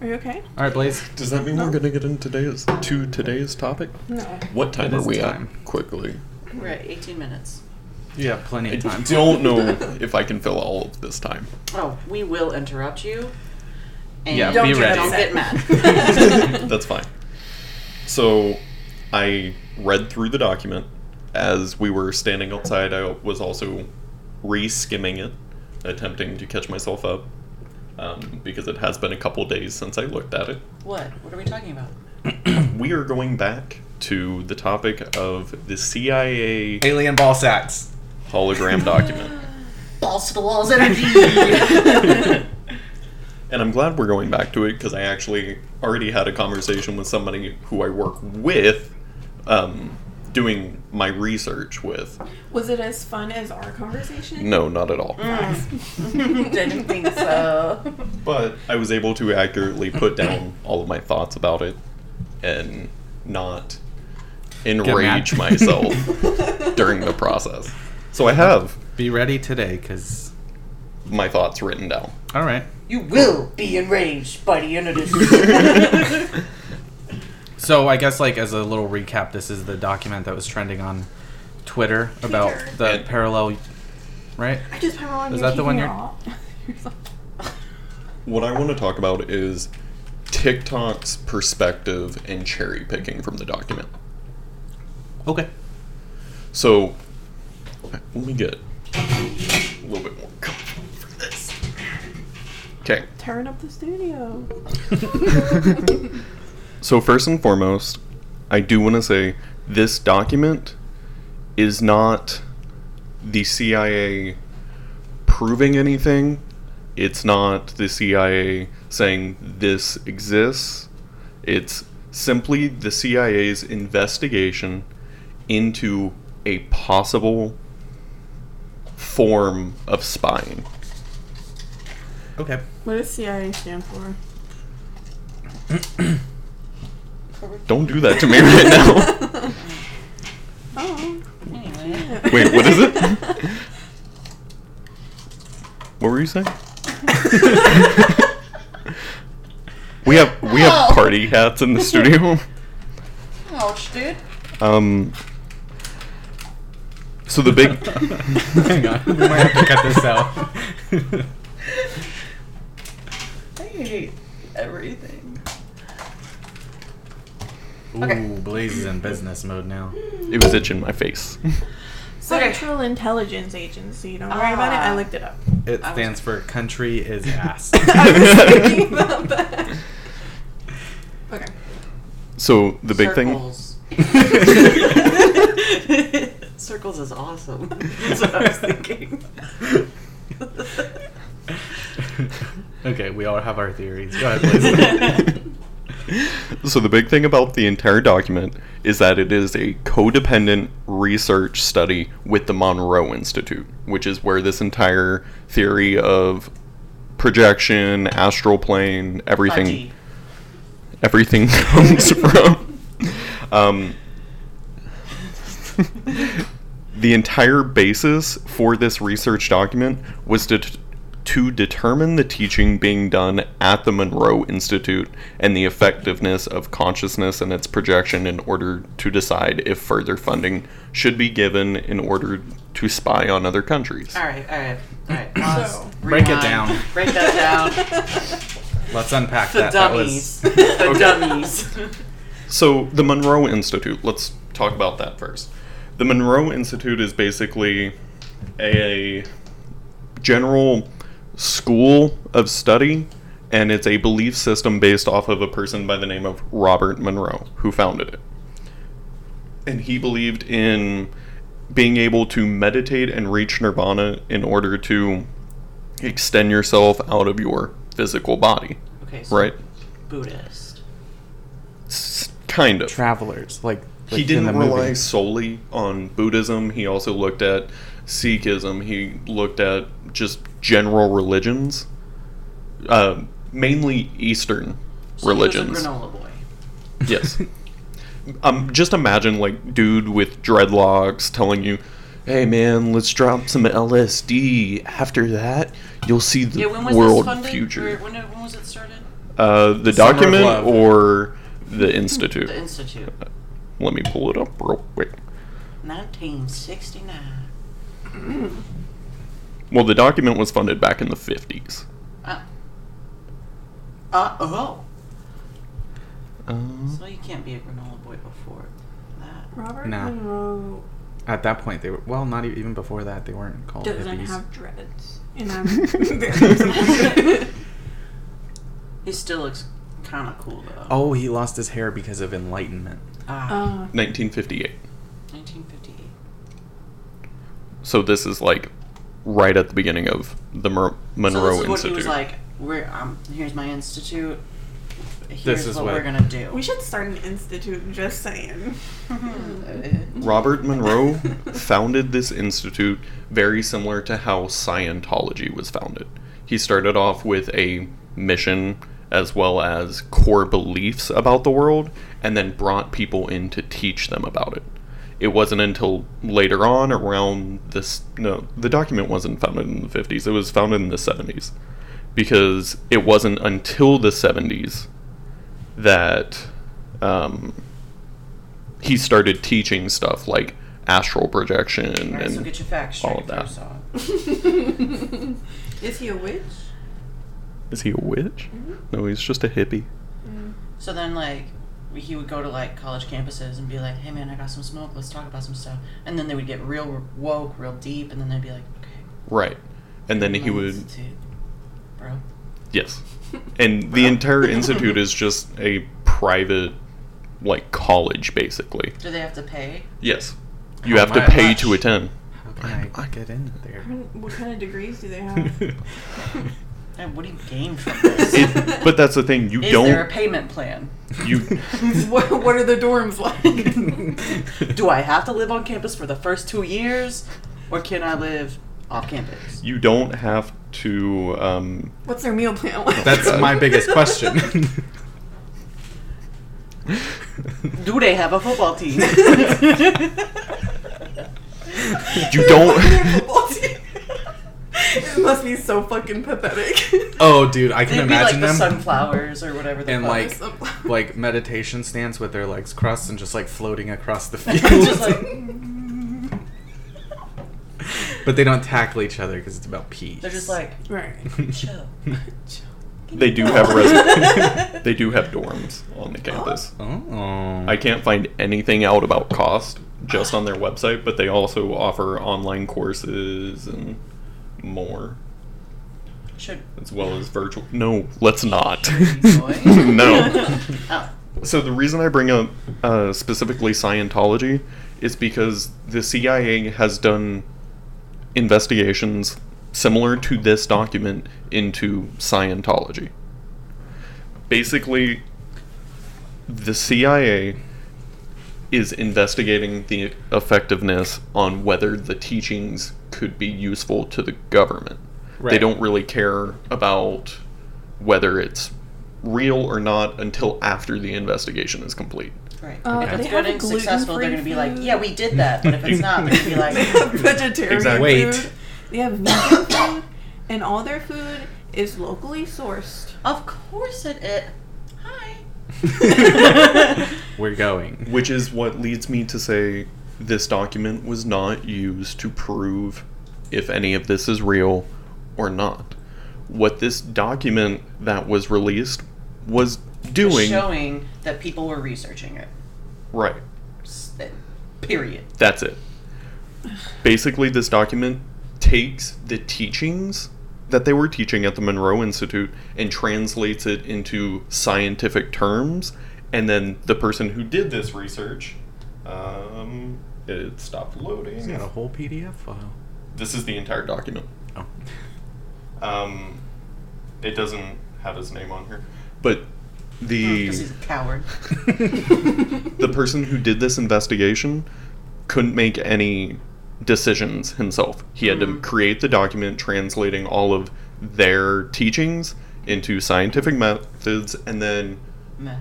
Speaker 3: Are you okay?
Speaker 4: right, Blaze.
Speaker 6: Does that mean we're gonna get into today's to today's topic?
Speaker 3: No.
Speaker 6: What time
Speaker 4: It
Speaker 6: are
Speaker 4: is
Speaker 6: we
Speaker 4: time.
Speaker 6: at? Quickly.
Speaker 5: We're at 18 minutes.
Speaker 4: You have plenty
Speaker 6: I
Speaker 4: of time.
Speaker 6: don't know if I can fill all of this time.
Speaker 5: Oh, we will interrupt you. And
Speaker 4: Yeah,
Speaker 5: don't,
Speaker 4: be
Speaker 5: get-
Speaker 4: ready.
Speaker 5: don't get mad.
Speaker 6: That's fine. So, I read through the document. As we were standing outside, I was also re skimming it, attempting to catch myself up, um, because it has been a couple days since I looked at it.
Speaker 5: what? What are we talking about?
Speaker 6: We are going back to the topic of the CIA
Speaker 4: Alien ball sacks.
Speaker 6: hologram document.
Speaker 5: Balls to the walls energy.
Speaker 6: And I'm glad we're going back to it because I actually already had a conversation with somebody who I work with, um, doing my research with.
Speaker 3: Was it as fun as our conversation?
Speaker 6: No, not at all.
Speaker 5: Didn't think so.
Speaker 6: But I was able to accurately put down all of my thoughts about it and not enrage
Speaker 4: mad.
Speaker 6: myself during the process. So I have
Speaker 4: Be ready today, cause
Speaker 6: my thoughts written down.
Speaker 4: all right.
Speaker 5: You will be enraged by the end of this.
Speaker 4: So I guess like as a little recap, this is the document that was trending on Twitter about
Speaker 3: Twitter.
Speaker 4: the
Speaker 6: And-
Speaker 4: parallel, right?
Speaker 3: I just put on.
Speaker 4: Is that the one you're-
Speaker 6: What I want to talk about is TikTok's perspective and cherry picking from the document.
Speaker 4: Okay.
Speaker 6: So, let me get a little bit more comfortable for this. Okay,
Speaker 3: Turn up the studio.
Speaker 6: so first and foremost, I do want to say this document is not the CIA proving anything. It's not the CIA saying this exists. It's simply the CIA's investigation into a possible form of spying.
Speaker 4: Okay.
Speaker 3: What does CIA stand for?
Speaker 6: Don't do that to me right now.
Speaker 3: Oh.
Speaker 5: Anyway,
Speaker 6: Wait, what is it? What were you saying? we have we have
Speaker 5: Oh.
Speaker 6: party hats in the studio.
Speaker 5: ouch, dude.
Speaker 6: Um so the big
Speaker 4: Hang on. We might have to cut this out.
Speaker 5: I hate everything.
Speaker 4: Ooh,
Speaker 5: Okay.
Speaker 4: Blaze is in business mode now.
Speaker 6: it was itching my face.
Speaker 5: Okay.
Speaker 3: Central Intelligence Agency. Don't worry about it. I
Speaker 5: Ah.
Speaker 3: looked it up.
Speaker 4: It
Speaker 5: was-
Speaker 4: stands for country is ass.
Speaker 3: I was thinking about that. Okay.
Speaker 6: So the big thing
Speaker 5: Circles. Circles is awesome. That's what I was thinking.
Speaker 4: okay, we all have our theories. Go ahead, Blaze.
Speaker 6: so the big thing about the entire document is that it is a codependent research study with the Monroe Institute, which is where this entire theory of projection, astral plane, everything
Speaker 5: Fudgy.
Speaker 6: everything comes from. Um, the entire basis for this research document was to, to determine the teaching being done at the Monroe Institute and the effectiveness of consciousness and its projection in order to decide if further funding should be given in order to spy on other countries.
Speaker 5: All right, all right, all right. Pause.
Speaker 3: So-
Speaker 4: Break it
Speaker 5: Rewind.
Speaker 4: down.
Speaker 5: Break that down.
Speaker 4: Let's unpack
Speaker 5: The
Speaker 4: that. That was
Speaker 5: dummies. The dummies.
Speaker 6: So, the Monroe Institute, let's talk about that first. The Monroe Institute is basically a general school of study, and it's a belief system based off of a person by the name of Robert Monroe, who founded it. And he believed in being able to meditate and reach nirvana in order to extend yourself out of your physical body,
Speaker 5: Okay, so
Speaker 6: right?
Speaker 5: Buddhist.
Speaker 6: S- kind of.
Speaker 4: travelers. Like, like
Speaker 6: he
Speaker 4: in
Speaker 6: didn't
Speaker 4: the movie.
Speaker 6: rely solely on Buddhism. He also looked at Sikhism. He looked at just general religions, uh, mainly Eastern
Speaker 5: So he was a
Speaker 6: religions.
Speaker 5: granola boy.
Speaker 6: Yes. um, just imagine like dude with dreadlocks telling you, "Hey man, let's drop some LSD. After that, you'll see the
Speaker 5: Yeah, when was this
Speaker 6: world
Speaker 5: funded? Or
Speaker 6: future."
Speaker 5: when, did- when was it started?
Speaker 6: Uh, the
Speaker 4: Summer of
Speaker 6: document
Speaker 4: Love.
Speaker 6: or the institute?
Speaker 5: The Institute.
Speaker 6: Let me pull it up real quick.
Speaker 5: 1969.
Speaker 6: Well, the document was funded back in the 50s.
Speaker 5: Uh, uh oh.
Speaker 6: Um,
Speaker 5: So you can't be a granola boy before that.
Speaker 3: Robert
Speaker 4: No.
Speaker 3: Monroe
Speaker 4: At that point, they were well, not e- even before that, they weren't called
Speaker 3: doesn't
Speaker 4: hippies.
Speaker 3: have dreads. And I'm.
Speaker 5: He still looks kind of cool though.
Speaker 4: Oh, he lost his hair because of enlightenment.
Speaker 5: Ah,
Speaker 3: uh,
Speaker 6: 1958.
Speaker 5: 1958.
Speaker 6: So this is like right at the beginning of the Mer- Monroe
Speaker 5: so this is what he
Speaker 6: Institute.
Speaker 5: was like. We're um. Here's my institute. Here's
Speaker 4: is
Speaker 5: what,
Speaker 4: what-
Speaker 5: we're gonna do.
Speaker 3: we should start an institute, just saying.
Speaker 6: Robert Monroe founded this institute very similar to how Scientology was founded. He started off with a mission as well as core beliefs about the world and then brought people in to teach them about it. It wasn't until later on around this no, the document wasn't founded in the 50s. It was founded in the 70s because it wasn't until the 70s that um, he started teaching stuff like astral projection
Speaker 5: All right,
Speaker 6: and
Speaker 5: so get your facts
Speaker 6: all
Speaker 5: straight.
Speaker 6: of that.
Speaker 5: first off.
Speaker 3: Is he a witch?
Speaker 6: is he a witch
Speaker 5: Mm-hmm.
Speaker 6: no he's just a hippie
Speaker 5: So then, like, he would go to like college campuses and be like, "Hey, man, I got some smoke. Let's talk about some stuff." And then they would get real woke, real deep, and then they'd be like, "Okay."
Speaker 6: right and then he
Speaker 5: my
Speaker 6: would
Speaker 5: institute, bro.
Speaker 6: yes and the entire institute is just a private like college basically.
Speaker 5: Do they have to pay?
Speaker 6: Yes. You
Speaker 4: Oh
Speaker 6: have to
Speaker 4: my
Speaker 6: pay
Speaker 4: gosh.
Speaker 6: to attend.
Speaker 4: How can I get in there?
Speaker 3: What kind of degrees do they have?
Speaker 5: And what do you gain from this?
Speaker 6: It- but that's the thing, you
Speaker 5: Is there a
Speaker 6: don't
Speaker 5: payment plan?
Speaker 6: you
Speaker 3: what, what are the dorms like?
Speaker 5: Do I have to live on campus for the first two years, or can I live off campus?
Speaker 6: you don't have to um,
Speaker 3: What's their meal plan like?
Speaker 4: That's my biggest question.
Speaker 5: Do they have a football team?
Speaker 6: you don't
Speaker 3: Football team. it must be so fucking pathetic.
Speaker 4: oh, dude, I can
Speaker 5: They'd be like
Speaker 4: imagine
Speaker 5: the
Speaker 4: them
Speaker 5: sunflowers or whatever. The
Speaker 4: in
Speaker 5: fuck.
Speaker 4: like
Speaker 3: Some-
Speaker 4: like meditation stance with their legs crossed and just like floating across the field.
Speaker 5: Just like-
Speaker 4: but they don't tackle each other because it's about peace.
Speaker 5: they're just like
Speaker 3: right.
Speaker 5: chill.
Speaker 6: they do have res- they do have dorms on the campus.
Speaker 4: oh,
Speaker 6: I can't find anything out about cost just on their website, but they also offer online courses and more
Speaker 5: Should
Speaker 6: as well as virtual. No, let's not.
Speaker 5: boy.
Speaker 6: no.
Speaker 5: Oh,
Speaker 6: So the reason I bring up uh, specifically Scientology is because the CIA has done investigations similar to this document into Scientology. Basically, the CIA is investigating the effectiveness on whether the teachings could be useful to the government. They
Speaker 4: Right.
Speaker 6: don't really care about whether it's real or not until after the investigation is complete.
Speaker 5: right.
Speaker 3: Uh,
Speaker 5: if
Speaker 4: Okay.
Speaker 5: it's
Speaker 3: they
Speaker 5: good
Speaker 3: have
Speaker 5: and
Speaker 3: gluten-free
Speaker 5: successful, they're gonna be like,
Speaker 3: food.
Speaker 5: yeah, we did that. But if it's not, they're gonna be
Speaker 3: they
Speaker 5: like,
Speaker 3: have vegetarian
Speaker 4: Exactly.
Speaker 3: food.
Speaker 4: Wait.
Speaker 3: They have vegan food, and all their food is locally sourced.
Speaker 5: of course it. it hi.
Speaker 4: we're going.
Speaker 6: Which is what leads me to say this document was not used to prove if any of this is real or not. What this document that was released was doing.
Speaker 5: Showing that people were researching it.
Speaker 6: Right.
Speaker 5: S- that- Period.
Speaker 6: That's it. Basically, this document takes the teachings that they were teaching at the Monroe Institute and translates it into scientific terms. And then the person who did this research, um, it stopped
Speaker 4: Is that a
Speaker 6: loading.
Speaker 4: whole PDF file?
Speaker 6: This is the entire document.
Speaker 4: Oh,
Speaker 6: Um, it doesn't have his name on here, but the
Speaker 5: Because he's a coward.
Speaker 6: the person who did this investigation couldn't make any decisions himself. He had to create the document translating all of their teachings into scientific methods and then
Speaker 5: Meh.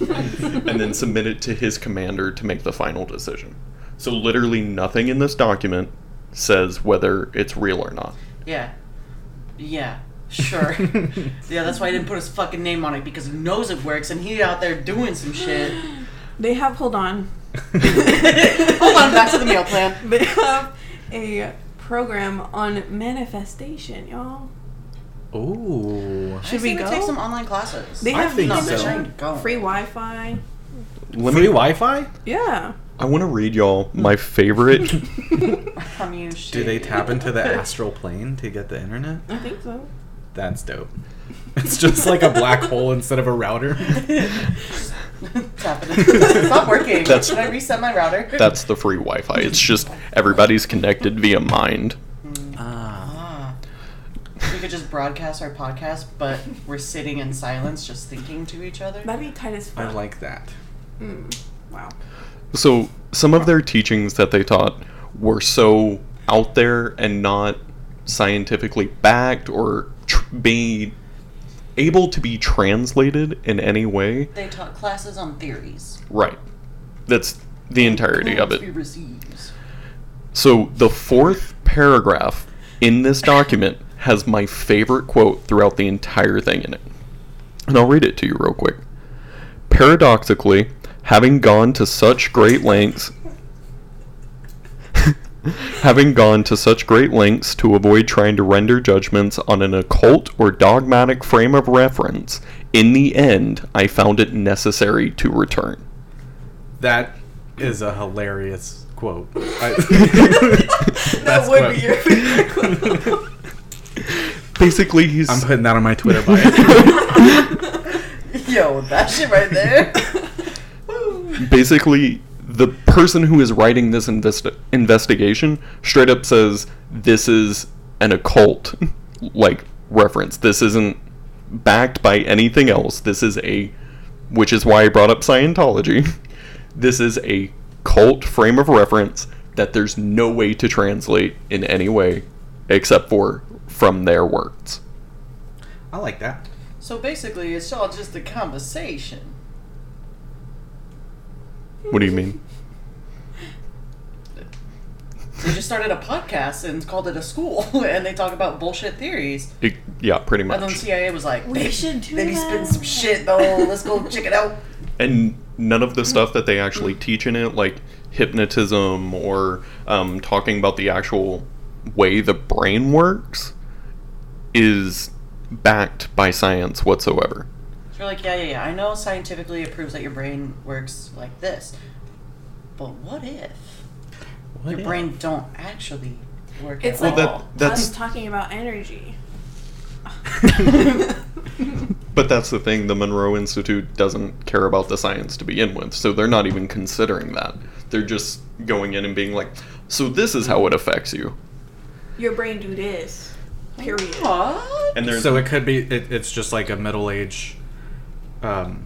Speaker 6: and then submit it to his commander to make the final decision. So literally nothing in this document says whether it's real or not.
Speaker 5: Yeah. Yeah. Sure. yeah, that's why he didn't put his fucking name on it because he knows it works and he out there doing some shit.
Speaker 3: They have hold on.
Speaker 5: Hold on, back to the meal plan.
Speaker 3: They have a program on manifestation, y'all.
Speaker 4: Oh. Ooh.
Speaker 5: I
Speaker 3: Should
Speaker 5: say
Speaker 3: we go?
Speaker 5: take some online classes?
Speaker 3: They
Speaker 4: I
Speaker 3: have
Speaker 4: think
Speaker 5: no,
Speaker 4: so.
Speaker 5: bitch, I
Speaker 3: nothing.
Speaker 5: ain't going.
Speaker 3: Free Wi-Fi.
Speaker 6: Let
Speaker 4: Free
Speaker 6: me
Speaker 4: Wi-Fi?
Speaker 3: Yeah.
Speaker 6: I want to read y'all my favorite
Speaker 5: I mean, shit.
Speaker 4: Do they tap into the astral plane to get the internet?
Speaker 3: I think so.
Speaker 4: That's dope. It's just like a black hole instead of a router.
Speaker 5: tap into It's not working.
Speaker 6: That's-
Speaker 5: Should I reset my router?
Speaker 6: that's the free Wi-Fi. It's just everybody's connected via mind.
Speaker 4: Ah.
Speaker 5: Ah. We could just broadcast our podcast, but we're sitting in silence just thinking to each other.
Speaker 3: That'd be tight as
Speaker 4: I
Speaker 3: fuck.
Speaker 4: like that.
Speaker 3: Mm. Wow.
Speaker 6: So some of their teachings that they taught were so out there and not scientifically backed or tr- be able to be translated in any way.
Speaker 5: They taught classes on theories.
Speaker 6: Right. That's the entirety of it.
Speaker 5: Conspiracies.
Speaker 6: So the fourth paragraph in this document has my favorite quote throughout the entire thing in it. And I'll read it to you real quick. Paradoxically, having gone to such great lengths having gone to such great lengths to avoid trying to render judgments on an occult or dogmatic frame of reference, in the end I found it necessary to return.
Speaker 4: That is a hilarious quote. I,
Speaker 3: that
Speaker 4: That's
Speaker 3: would
Speaker 4: what-
Speaker 3: be your favorite club.
Speaker 6: Basically he's
Speaker 4: I'm putting that on my Twitter bio.
Speaker 5: Yo, that shit right there.
Speaker 6: basically the person who is writing this investi- investigation straight up says this is an occult like reference this isn't backed by anything else this is a which is why i brought up scientology this is a cult frame of reference that there's no way to translate in any way except for from their words
Speaker 4: I like that.
Speaker 5: So basically, it's all just a conversation.
Speaker 6: what do you mean
Speaker 5: They just started a podcast and called it a school, and they talk about bullshit theories.
Speaker 6: It- yeah pretty much
Speaker 5: And then CIA was like,
Speaker 3: We
Speaker 5: they,
Speaker 3: should do
Speaker 5: they be
Speaker 3: that."
Speaker 5: spitting some shit though. Let's go check it out.
Speaker 6: and none of the stuff that they actually teach in it, like hypnotism or um, talking about the actual way the brain works, is backed by science whatsoever.
Speaker 5: So you're like, yeah, yeah, yeah. I know scientifically it proves that your brain works like this, but what if your brain don't actually work?
Speaker 3: It's
Speaker 5: at
Speaker 3: like
Speaker 6: Well,
Speaker 5: all?
Speaker 6: that-
Speaker 3: I was
Speaker 6: that's-
Speaker 3: talking about energy.
Speaker 6: But that's the thing, the Monroe Institute doesn't care about the science to begin with, so they're not even considering that. They're just going in and being like, so this is how it affects you.
Speaker 3: Your brain do this. Period.
Speaker 5: What?
Speaker 6: And there's
Speaker 4: So it could be. It, it's just like a middle age, um,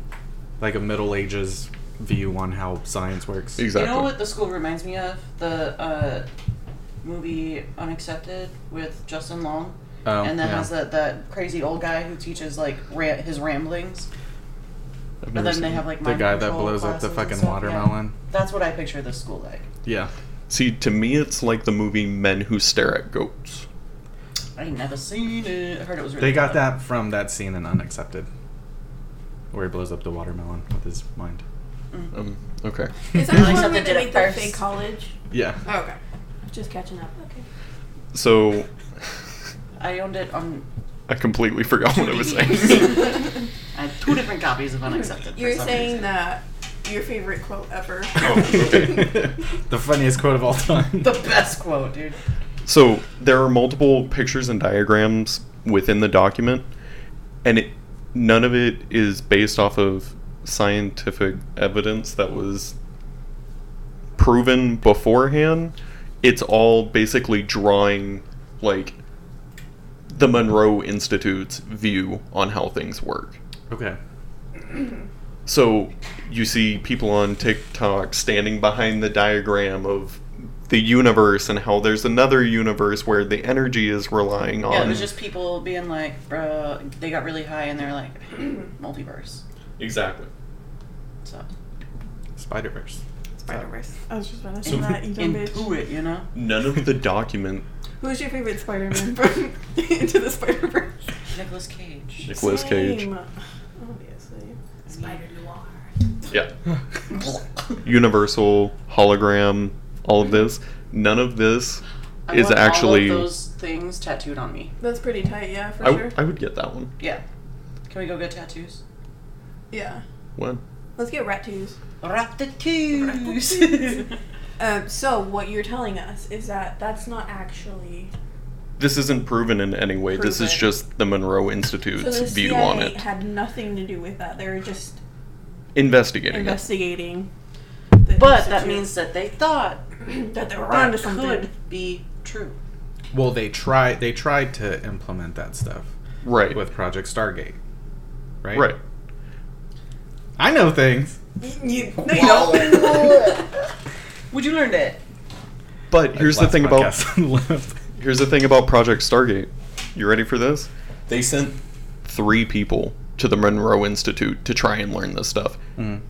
Speaker 4: like a middle ages view on how science works.
Speaker 5: You
Speaker 6: exactly
Speaker 5: know what the school reminds me of? The uh, movie Unaccepted with Justin Long.
Speaker 4: Oh,
Speaker 5: and that
Speaker 4: yeah.
Speaker 5: has that, that crazy old guy who teaches like ra- his ramblings. But
Speaker 6: I've never
Speaker 5: then they
Speaker 6: seen
Speaker 5: have like
Speaker 4: the
Speaker 5: mind
Speaker 4: guy that
Speaker 5: control
Speaker 4: blows up
Speaker 5: classes
Speaker 4: the
Speaker 5: and
Speaker 4: fucking
Speaker 5: stuff, yeah.
Speaker 4: watermelon.
Speaker 5: That's what I picture this school like.
Speaker 4: Yeah.
Speaker 6: See, to me, it's like the movie Men Who Stare at Goats.
Speaker 5: I ain't never seen it. I heard it was really
Speaker 4: They got
Speaker 5: good.
Speaker 4: that from that scene in Unaccepted, where he blows up the watermelon with his mind.
Speaker 5: Mm.
Speaker 6: Um, okay.
Speaker 3: Is that
Speaker 5: Really
Speaker 3: the one where
Speaker 5: something
Speaker 3: they
Speaker 5: did it
Speaker 3: make the
Speaker 5: first.
Speaker 3: fake college?
Speaker 4: Yeah.
Speaker 3: Oh, Okay. Just catching up. Okay.
Speaker 6: So,
Speaker 5: I owned it on
Speaker 6: I completely forgot what I was saying.
Speaker 5: I had two different copies of Unaccepted. for
Speaker 3: You're
Speaker 5: some
Speaker 3: saying
Speaker 5: reason.
Speaker 3: that your favorite quote ever.
Speaker 6: Oh,
Speaker 4: the funniest quote of all time.
Speaker 5: Oh, the best quote, dude.
Speaker 6: so, there are multiple pictures and diagrams within the document, and it, none of it is based off of scientific evidence that was proven beforehand. It's all basically drawing, like, the Monroe Institute's view on how things work.
Speaker 4: okay.
Speaker 6: So you see people on TikTok standing behind the diagram of the universe and how there's another universe where the energy is relying on.
Speaker 5: Yeah,
Speaker 4: Oh.
Speaker 5: it was just people being like, bro, they got really high and they're like, multiverse.
Speaker 6: exactly.
Speaker 5: So
Speaker 4: Spider Verse.
Speaker 3: Spider Verse. I was just about to say
Speaker 6: So-
Speaker 3: that, you dumb bitch.
Speaker 5: into it, you know.
Speaker 6: None of the document
Speaker 3: Who's your favorite Spider Man from Into the Spider Verse?
Speaker 5: Nicolas Cage.
Speaker 6: Nicolas Cage.
Speaker 3: Obviously. Spider Noir.
Speaker 6: Yeah. Universal hologram, all of this. None of this
Speaker 5: I
Speaker 6: is
Speaker 5: want
Speaker 6: actually.
Speaker 5: all of those things tattooed on me.
Speaker 3: That's pretty tight, yeah, for
Speaker 6: I, w-
Speaker 3: sure.
Speaker 6: I would get that one.
Speaker 5: Yeah. Can we go get tattoos?
Speaker 3: yeah.
Speaker 6: When?
Speaker 3: Let's get rat tattoos.
Speaker 5: Tattoos.
Speaker 3: Um, so what you're telling us is that that's not actually
Speaker 6: This isn't proven in any way. This is
Speaker 3: Proven.
Speaker 6: just the Monroe
Speaker 3: so
Speaker 6: Institute's
Speaker 3: the
Speaker 6: view
Speaker 3: CIA
Speaker 6: on it.
Speaker 3: had nothing to do with that. They were just
Speaker 6: Investigating it.
Speaker 3: investigating. the
Speaker 5: but that
Speaker 3: institute.
Speaker 5: means that they thought
Speaker 3: that they were
Speaker 5: that
Speaker 3: onto something.
Speaker 5: could be true.
Speaker 4: Well, they try. They tried to implement that stuff
Speaker 6: Right.
Speaker 4: with Project Stargate. Right.
Speaker 6: Right.
Speaker 4: I know things.
Speaker 3: You,
Speaker 5: Would you learn that?
Speaker 6: But here's the
Speaker 4: Last
Speaker 6: thing about
Speaker 4: podcast left.
Speaker 6: Here's the thing about Project Stargate. You ready for this? They sent three people to the Monroe Institute to try and learn this stuff.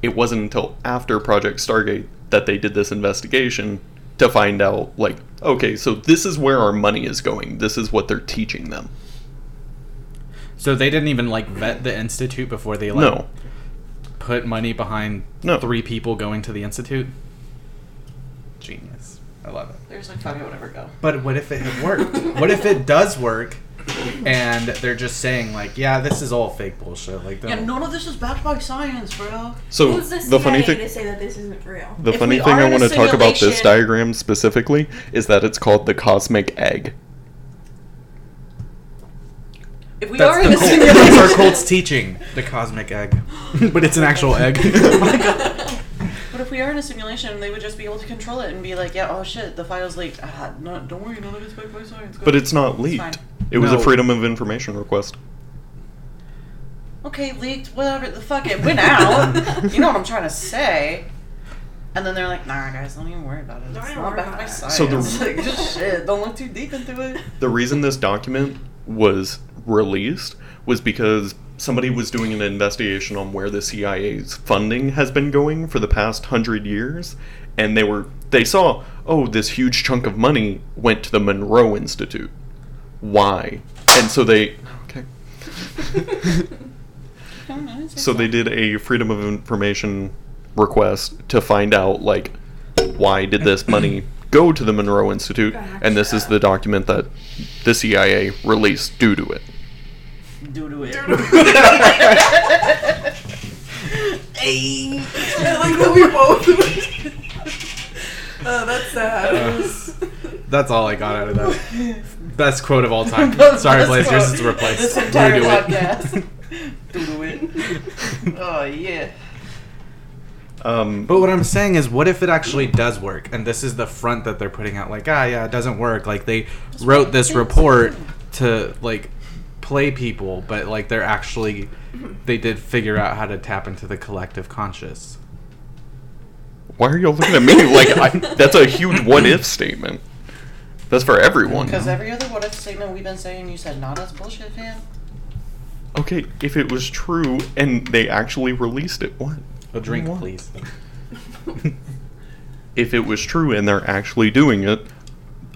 Speaker 6: It wasn't until after Project Stargate that they did this investigation to find out, like, okay, so this is where our money is going. This is what they're teaching them.
Speaker 4: So they didn't even like vet the institute before they like
Speaker 6: No.
Speaker 4: put money behind
Speaker 6: No.
Speaker 4: three people going to the institute. Genius. I love it.
Speaker 5: They're just like, fuck it, whatever, go.
Speaker 4: But what if it had worked? what if it does work? And they're just saying like, yeah, this is all fake bullshit. Like,
Speaker 5: Yeah,
Speaker 4: don't-
Speaker 5: none of this is backed by science, bro.
Speaker 6: So
Speaker 3: Who's the,
Speaker 6: the funny
Speaker 3: CIA
Speaker 6: thing
Speaker 3: to say that this isn't real?
Speaker 6: the
Speaker 5: If
Speaker 6: funny
Speaker 5: we
Speaker 6: thing
Speaker 5: are
Speaker 6: I
Speaker 5: in a
Speaker 6: want to talk about this
Speaker 5: simulation-
Speaker 6: diagram specifically is that it's called the cosmic egg.
Speaker 5: If we
Speaker 4: that's,
Speaker 5: are
Speaker 4: the
Speaker 5: in a
Speaker 4: cult-
Speaker 5: simulation,
Speaker 4: that's our cult's teaching. The cosmic egg, but it's an actual egg.
Speaker 5: Oh my Oh God. we are in a simulation, they would just be able to control it and be like, yeah, oh shit, the file's leaked. Ah, no, don't worry, none of it's leaked by science.
Speaker 6: But it's not leaked.
Speaker 5: fine.
Speaker 6: it was
Speaker 4: No.
Speaker 6: a Freedom of Information request.
Speaker 5: Okay, leaked, whatever. The fuck it went out. you know what I'm trying to say. And then they're like, nah, guys, don't even worry about it.
Speaker 3: Don't
Speaker 5: It's
Speaker 3: even
Speaker 5: not
Speaker 3: worry
Speaker 5: backed
Speaker 3: about
Speaker 5: by
Speaker 3: it.
Speaker 5: science.
Speaker 6: So the-
Speaker 5: like, just shit. Don't look too deep into it.
Speaker 6: The reason this document was released was because somebody was doing an investigation on where the CIA's funding has been going for the past 100 years and they were they saw oh this huge chunk of money went to the Monroe Institute. Why? And so they okay.
Speaker 5: Don't know, it's
Speaker 6: So they
Speaker 5: like-
Speaker 6: did a freedom of information request to find out like why did this money go to the Monroe Institute and this is the document that the CIA released due to it.
Speaker 5: Doo doo it.
Speaker 3: like that we both. oh, that's sad.
Speaker 6: Uh.
Speaker 4: That's all I got out of that. Best quote of all time. Sorry,
Speaker 5: That's
Speaker 4: Blazers,
Speaker 5: what-
Speaker 4: it's replaced.
Speaker 5: This entire
Speaker 4: Redo it.
Speaker 5: podcast. Doo doo it. Oh, yeah.
Speaker 6: Um,
Speaker 4: But what I'm saying is, what if it actually does work? And this is the front that they're putting out, like, ah, yeah, it doesn't work. Like they wrote this report to like play people, but like they're actually they did figure out how to tap into the collective conscious.
Speaker 6: why are y'all looking at me like I, that's a huge what if statement? That's for everyone.
Speaker 5: Because every other what if statement we've been saying, you said, nah, that's bullshit, fam.
Speaker 6: Okay, if it was true and they actually released it, what?
Speaker 4: A drink,
Speaker 6: What?
Speaker 4: please.
Speaker 6: If it was true and they're actually doing it,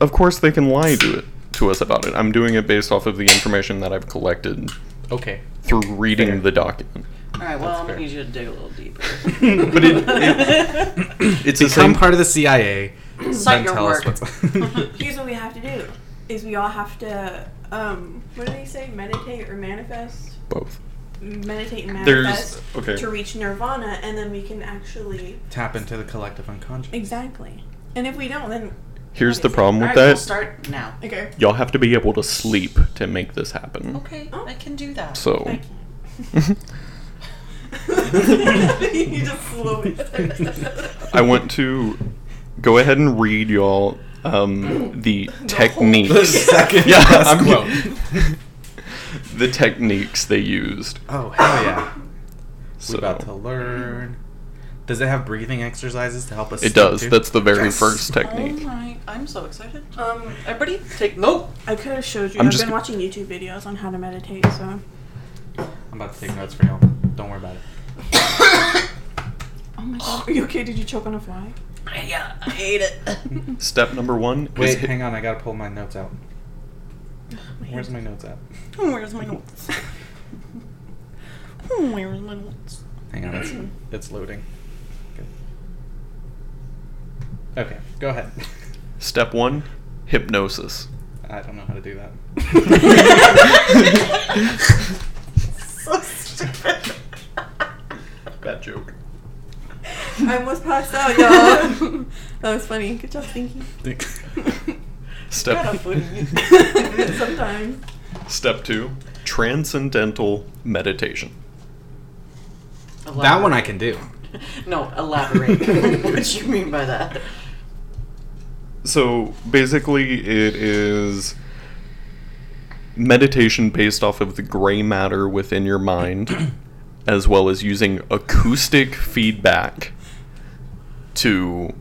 Speaker 6: of course they can lie to it to us about it. I'm doing it based off of the information that I've collected
Speaker 4: Okay.
Speaker 6: through reading
Speaker 4: Fair.
Speaker 6: the document.
Speaker 5: Alright, well,
Speaker 4: That's
Speaker 5: I'm going
Speaker 4: fair.
Speaker 5: to need you to dig a little deeper.
Speaker 6: But it, it- it's the
Speaker 4: Become
Speaker 6: same
Speaker 4: part of the CIA.
Speaker 5: Cite your work.
Speaker 3: Here's what we have to do: is we all have to, um, what do they say? Meditate or manifest?
Speaker 6: both.
Speaker 3: Meditate and
Speaker 6: There's-
Speaker 3: manifest
Speaker 6: okay.
Speaker 3: to reach nirvana, and then we can actually
Speaker 4: Tap into the collective unconscious.
Speaker 3: exactly. And if we don't, then
Speaker 6: Here's the problem with
Speaker 5: Alright, we'll
Speaker 6: that.
Speaker 5: start now.
Speaker 3: okay.
Speaker 6: Y'all have to be able to sleep to make this happen.
Speaker 5: Okay, I can do that.
Speaker 6: So
Speaker 3: I can't. you just slowly.
Speaker 6: I want to go ahead and read y'all um, the
Speaker 4: The
Speaker 6: techniques.
Speaker 4: second
Speaker 6: Yeah,
Speaker 4: best
Speaker 6: I'm-
Speaker 4: quote.
Speaker 6: the techniques they used.
Speaker 4: Oh hell yeah!
Speaker 6: So
Speaker 4: We're about to learn. Does it have breathing exercises to help us?
Speaker 6: it
Speaker 4: sleep,
Speaker 6: does.
Speaker 4: too?
Speaker 6: That's the very
Speaker 4: Yes.
Speaker 6: first
Speaker 5: Oh
Speaker 6: technique.
Speaker 5: my, I'm so excited.
Speaker 3: um,
Speaker 5: Oh, Everybody, take note.
Speaker 3: I could have showed you.
Speaker 6: I'm
Speaker 3: I've
Speaker 6: just
Speaker 3: been
Speaker 6: g-
Speaker 3: watching YouTube videos on how to meditate, so
Speaker 4: I'm about to take notes for y'all. Don't worry about it.
Speaker 3: Oh my god, are you okay? Did you choke on a fly?
Speaker 5: Yeah, I hate it.
Speaker 6: Step number one
Speaker 4: Wait,
Speaker 6: is hit-
Speaker 4: hang on. I gotta pull my notes out. Where's my notes at?
Speaker 5: Where's my notes? Where's my notes?
Speaker 4: Hang on. It's, it's loading. Okay. Okay. Go ahead.
Speaker 6: step one, hypnosis.
Speaker 4: I don't know how to do that.
Speaker 5: So stupid.
Speaker 6: Bad joke.
Speaker 3: I almost passed out, y'all. that was funny. Good job thinking.
Speaker 6: Step
Speaker 3: Sometimes.
Speaker 6: step two, transcendental meditation.
Speaker 4: that one I can do.
Speaker 5: No, elaborate. what do you mean by that?
Speaker 6: So basically, it is meditation based off of the gray matter within your mind, as well as using acoustic feedback to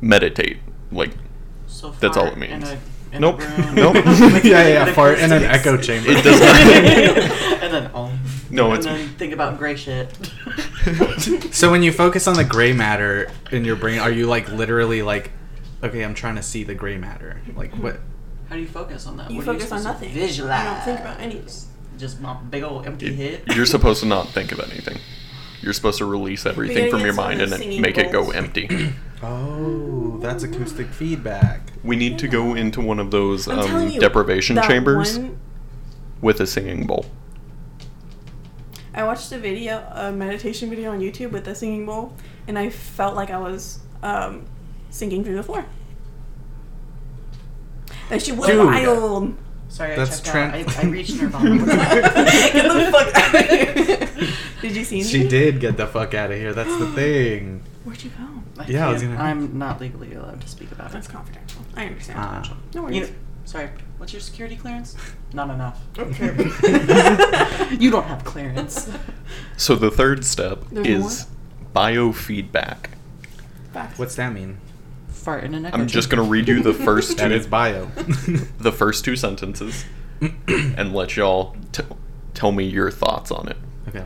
Speaker 6: meditate. Like,
Speaker 5: So far,
Speaker 6: That's all it
Speaker 5: In
Speaker 6: means.
Speaker 5: a, in
Speaker 6: Nope.
Speaker 5: A room,
Speaker 6: Nope.
Speaker 4: yeah, yeah. yeah fart in an
Speaker 5: Acoustics.
Speaker 4: echo chamber.
Speaker 6: It does not-
Speaker 5: and then oh,
Speaker 6: no,
Speaker 5: and
Speaker 6: it's.
Speaker 5: then think about gray shit.
Speaker 4: So when you focus on the gray matter in your brain, are you like literally like, okay, I'm trying to see the gray matter. Like what?
Speaker 5: How do you focus on that?
Speaker 3: You
Speaker 5: What are
Speaker 3: focus on
Speaker 5: supposed to
Speaker 3: nothing. You don't
Speaker 5: Visualize.
Speaker 3: think about anything.
Speaker 5: Just my big old empty head.
Speaker 6: You're supposed to not think of anything. You're supposed to release
Speaker 3: gotta
Speaker 6: everything from
Speaker 3: get
Speaker 6: your
Speaker 3: some
Speaker 6: mind
Speaker 3: of
Speaker 6: and
Speaker 3: the
Speaker 6: it-
Speaker 3: singing
Speaker 6: make it go
Speaker 3: bowls.
Speaker 6: empty.
Speaker 4: Oh, that's acoustic feedback.
Speaker 6: We need to go into one of those
Speaker 3: I'm
Speaker 6: um,
Speaker 3: telling you,
Speaker 6: deprivation
Speaker 3: that
Speaker 6: chambers
Speaker 3: one-
Speaker 6: with a singing bowl.
Speaker 3: I watched a video, a meditation video on YouTube with a singing bowl, and I felt like I was um, sinking through the floor. That shit was
Speaker 4: Dude.
Speaker 3: wild.
Speaker 5: Sorry, I
Speaker 4: That's
Speaker 5: checked
Speaker 4: Trent.
Speaker 5: out. I, I reached Nirvana.
Speaker 3: Get the fuck out of here. Did you see anything?
Speaker 4: She did get the fuck out of here. That's the thing.
Speaker 3: Where'd you go?
Speaker 5: I
Speaker 4: Yeah, I was
Speaker 5: can't-
Speaker 4: gonna-
Speaker 5: I'm not legally allowed to speak about it.
Speaker 3: That's confidential. I understand.
Speaker 4: Ah.
Speaker 3: no
Speaker 5: You
Speaker 3: worries.
Speaker 5: know- sorry, what's your security clearance? Not enough.
Speaker 3: Okay.
Speaker 5: you don't have clearance.
Speaker 6: So the third step
Speaker 3: There's
Speaker 6: is biofeedback.
Speaker 3: Facts.
Speaker 4: What's that mean?
Speaker 5: Fart in an echo
Speaker 6: I'm just
Speaker 5: chamber.
Speaker 6: gonna read you the first
Speaker 4: That
Speaker 6: two
Speaker 4: is bio.
Speaker 6: the first two sentences and let y'all t- tell me your thoughts on it.
Speaker 4: okay.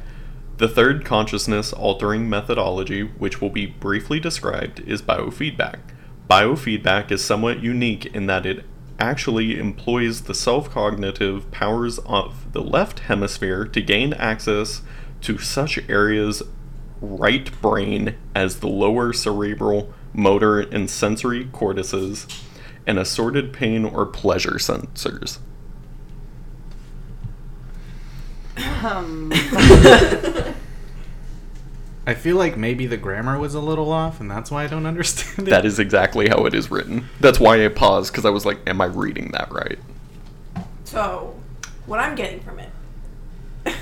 Speaker 6: The third consciousness altering methodology, which will be briefly described, is biofeedback. Biofeedback is somewhat unique in that it actually employs the self cognitive powers of the left hemisphere to gain access to such areas right brain as the lower cerebral, motor, and sensory cortices, and assorted pain or pleasure sensors.
Speaker 5: Um,
Speaker 4: I feel like maybe the grammar was a little off, and that's why I don't understand it.
Speaker 6: That is exactly how it is written. That's why I paused, because I was like, am I reading that right?
Speaker 3: So, what I'm getting from it,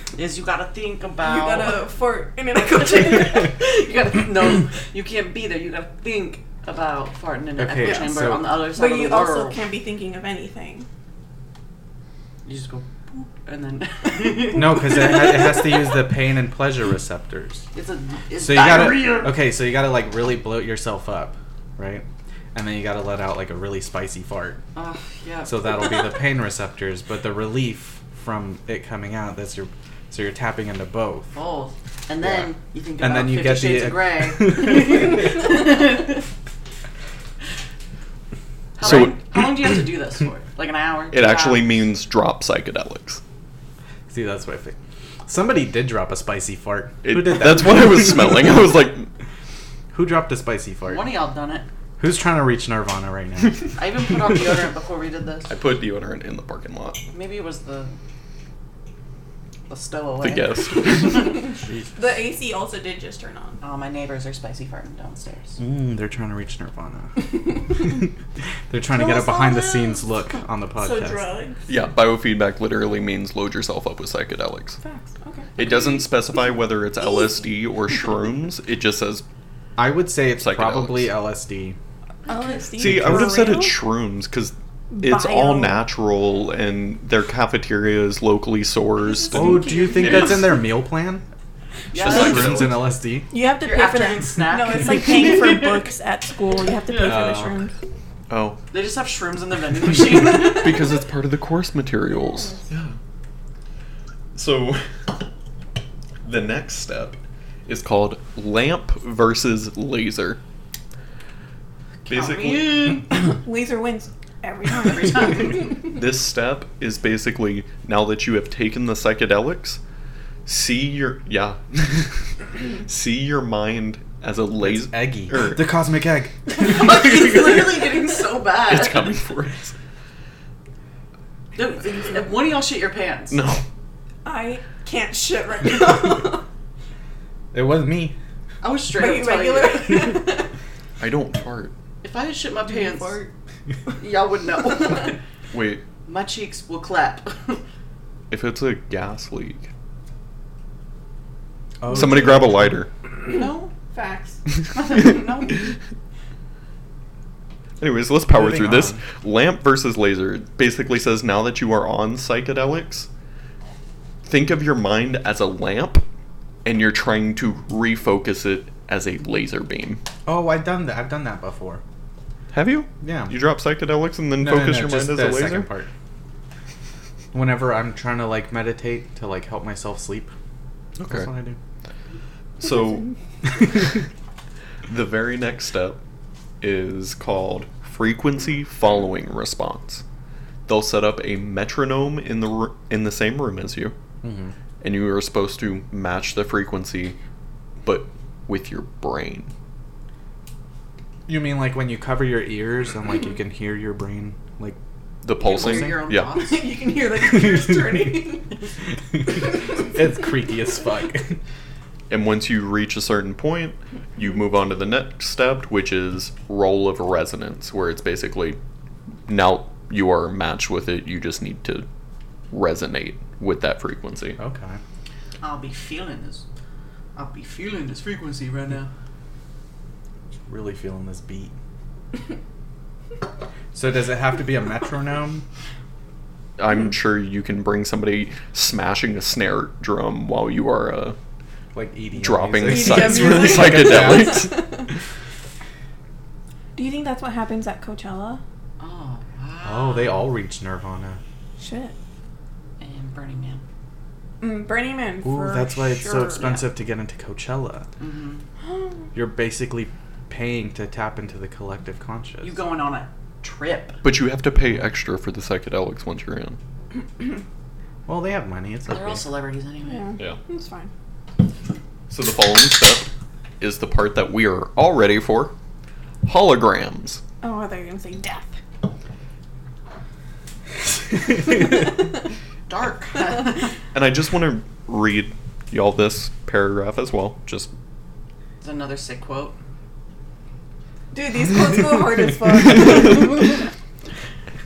Speaker 5: is you gotta think about.
Speaker 4: Oh.
Speaker 3: you gotta fart in an echo chamber.
Speaker 5: you gotta no, you can't be there. You gotta think about farting in an
Speaker 4: Okay,
Speaker 5: echo chamber
Speaker 4: so-
Speaker 5: on the other
Speaker 3: but
Speaker 5: side of the
Speaker 3: you
Speaker 5: world.
Speaker 3: also can't be thinking of anything.
Speaker 5: You just go boop, and then
Speaker 4: no, because it, ha- it has to use the pain and pleasure receptors.
Speaker 5: It's a it's
Speaker 4: So you gotta
Speaker 5: diarrhea.
Speaker 4: okay. So you gotta like really bloat yourself up, right? And then you gotta let out like a really spicy fart.
Speaker 5: Ugh, yeah.
Speaker 4: So that'll be the pain receptors, but the relief from it coming out. That's your so you're tapping into both.
Speaker 5: both, and then
Speaker 4: Yeah.
Speaker 5: you think about
Speaker 4: And then you
Speaker 5: Fifty Shades
Speaker 4: get the- uh,
Speaker 5: of Grey. how,
Speaker 6: So-
Speaker 5: long, how long do you have to do this for? Like an hour?
Speaker 6: It
Speaker 5: Two
Speaker 6: actually
Speaker 5: hours?
Speaker 6: means drop psychedelics.
Speaker 4: See, that's what I think. Somebody did drop a spicy fart.
Speaker 6: It-
Speaker 4: Who did that?
Speaker 6: That's what I was smelling. I was like,
Speaker 4: Who dropped a spicy fart?
Speaker 5: One of y'all done it.
Speaker 4: Who's trying to reach Nirvana right now?
Speaker 5: I even put on deodorant before we did this.
Speaker 6: I put deodorant in the parking lot.
Speaker 5: Maybe it was the the stowaway.
Speaker 6: The guest.
Speaker 3: The AC also did just turn on.
Speaker 5: oh, my neighbors are spicy farting downstairs.
Speaker 4: Mm, they're trying to reach Nirvana. they're trying to get a
Speaker 5: us all
Speaker 4: behind the
Speaker 5: now.
Speaker 4: scenes look on the podcast.
Speaker 3: So drugs.
Speaker 6: yeah, biofeedback literally means load yourself up with psychedelics.
Speaker 3: Facts. Okay.
Speaker 6: It doesn't specify whether it's LSD or shrooms. It just says.
Speaker 4: I would say it's
Speaker 6: Psychedelics.
Speaker 4: probably LSD.
Speaker 3: LSD.
Speaker 6: See, I would have said
Speaker 3: for real?
Speaker 6: it's shrooms because it's all
Speaker 3: Bio.
Speaker 6: natural and their cafeteria is locally sourced.
Speaker 4: Oh,
Speaker 6: And
Speaker 4: do you think
Speaker 6: It
Speaker 4: that's
Speaker 6: is.
Speaker 4: in their meal plan?
Speaker 5: Yeah,
Speaker 6: Just
Speaker 4: Like
Speaker 6: like
Speaker 4: shrooms
Speaker 6: really?
Speaker 4: and LSD.
Speaker 3: You have to
Speaker 5: Your
Speaker 3: pay for
Speaker 5: afternoon
Speaker 3: them.
Speaker 5: snack.
Speaker 3: No, it's like paying for books at school. You have to pay
Speaker 4: Yeah.
Speaker 3: for the shrooms.
Speaker 6: oh,
Speaker 5: they just have shrooms in the vending machine.
Speaker 6: because it's part of the course materials. Yeah. So the next step is called lamp versus laser. Basically,
Speaker 3: Laser wins every time.
Speaker 5: Every time.
Speaker 6: this step is basically now that you have taken the psychedelics, see your yeah, see your mind as a laser.
Speaker 4: It's eggy.
Speaker 6: er,
Speaker 4: The cosmic egg.
Speaker 5: it's literally getting so bad.
Speaker 6: it's coming for us.
Speaker 5: Dude, if one of y'all shit your pants.
Speaker 6: No,
Speaker 3: I can't shit right now.
Speaker 4: It was me.
Speaker 5: I was straight
Speaker 3: Are
Speaker 5: up
Speaker 3: you
Speaker 5: telling you.
Speaker 3: regular?
Speaker 6: I don't fart.
Speaker 5: If I had shit my pants,
Speaker 3: fart?
Speaker 5: y'all would know.
Speaker 6: Wait,
Speaker 5: my cheeks will clap.
Speaker 6: if it's a gas leak,
Speaker 4: Oh,
Speaker 6: somebody grab a lighter.
Speaker 5: no?
Speaker 3: Facts.
Speaker 5: No.
Speaker 6: Anyways, let's power
Speaker 4: Moving
Speaker 6: through this.
Speaker 4: on.
Speaker 6: Lamp versus laser basically says now that you are on psychedelics, think of your mind as a lamp and you're trying to refocus it as a laser beam.
Speaker 4: Oh, I've done that. I've done that before.
Speaker 6: Have you?
Speaker 4: Yeah.
Speaker 6: You drop psychedelics and then
Speaker 4: No, no,
Speaker 6: focus
Speaker 4: no,
Speaker 6: your
Speaker 4: just
Speaker 6: mind as
Speaker 4: the
Speaker 6: a laser?
Speaker 4: second part. Whenever I'm trying to like meditate to like help myself sleep, that's what I
Speaker 6: Okay.
Speaker 4: do.
Speaker 6: So the very next step is called frequency following response. They'll set up a metronome in the r- in the same room as you.
Speaker 4: Mhm.
Speaker 6: and you are supposed to match the frequency, but with your brain.
Speaker 4: You mean like when you cover your ears and like you can hear your brain like
Speaker 6: The pulsing,
Speaker 5: your own
Speaker 6: yeah.
Speaker 5: thoughts.
Speaker 3: you can hear the gears turning.
Speaker 4: it's creepy as fuck.
Speaker 6: And once you reach a certain point, you move on to the next step, which is roll of resonance, where it's basically now you are matched with it. You just need to resonate with that frequency.
Speaker 4: Okay.
Speaker 5: I'll be feeling this. I'll be feeling this frequency right now.
Speaker 4: Really feeling this beat. so does it have to be a metronome?
Speaker 6: I'm sure you can bring somebody smashing a snare drum while you are uh,
Speaker 4: Like EDM
Speaker 6: dropping
Speaker 4: music?
Speaker 3: EDM
Speaker 5: E
Speaker 6: psych-
Speaker 3: music.
Speaker 6: psychedelics.
Speaker 3: Do you think that's what happens at Coachella?
Speaker 5: Oh, wow.
Speaker 4: Oh, they all reach Nirvana.
Speaker 3: Shit.
Speaker 5: And Burning Man.
Speaker 3: Mm, Burning Man.
Speaker 4: Ooh,
Speaker 3: for
Speaker 4: that's why it's so
Speaker 3: sure.
Speaker 4: expensive to get into Coachella.
Speaker 5: Mm-hmm.
Speaker 4: You're basically paying to tap into the collective conscious.
Speaker 5: You going on a trip.
Speaker 6: But you have to pay extra for the psychedelics once you're in.
Speaker 4: Well, they have money. It's okay.
Speaker 5: They're all celebrities anyway.
Speaker 3: Yeah,
Speaker 6: Yeah.
Speaker 3: it's fine.
Speaker 6: So the following step is the part that we are all ready for holograms.
Speaker 3: Oh, I thought you were gonna say death.
Speaker 5: Dark.
Speaker 6: And I just want to read y'all this paragraph as well. Just
Speaker 5: It's another sick quote.
Speaker 3: Dude, these quotes go hard as fuck.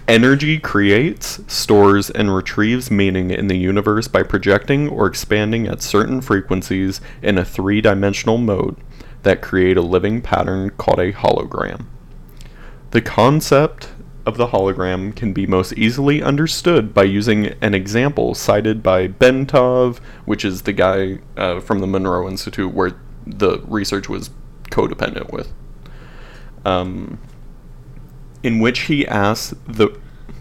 Speaker 6: Energy creates, stores, and retrieves meaning in the universe by projecting or expanding at certain frequencies in a three dimensional mode that create a living pattern called a hologram. The concept of the hologram can be most easily understood by using an example cited by Bentov, which is the guy uh, from the Monroe Institute where the research was codependent with. Um, in which he asks the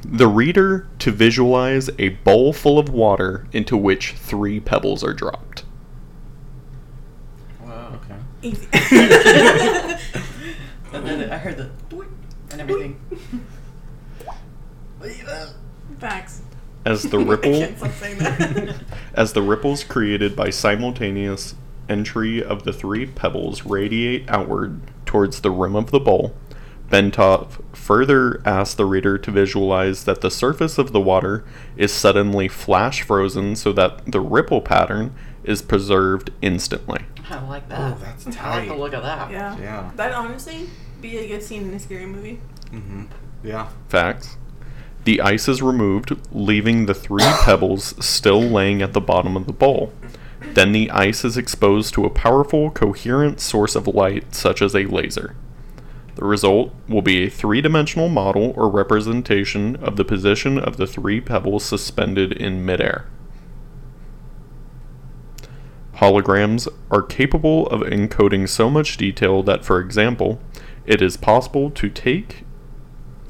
Speaker 6: the reader to visualize a bowl full of water into which three pebbles are dropped.
Speaker 5: Wow.
Speaker 4: okay.
Speaker 3: Easy.
Speaker 5: And then I heard the boing and everything.
Speaker 3: Facts.
Speaker 6: As the
Speaker 5: I
Speaker 6: ripple
Speaker 5: can't stop saying that.
Speaker 6: as the ripples created by simultaneous entry of the three pebbles radiate outward towards the rim of the bowl, Bentov further asks the reader to visualize that the surface of the water is suddenly flash frozen so that the ripple pattern is preserved instantly.
Speaker 5: I like that.
Speaker 4: Oh, that's
Speaker 5: I like the
Speaker 4: tight.
Speaker 5: look of that.
Speaker 3: Yeah.
Speaker 4: Yeah.
Speaker 3: That honestly be a good scene in a scary movie.
Speaker 4: Mm-hmm. Yeah.
Speaker 6: Facts. The ice is removed, leaving the three pebbles still laying at the bottom of the bowl. Then the ice is exposed to a powerful, coherent source of light, such as a laser. The result will be a three dimensional model or representation of the position of the three pebbles suspended in midair. Holograms are capable of encoding so much detail that, for example, it is possible to take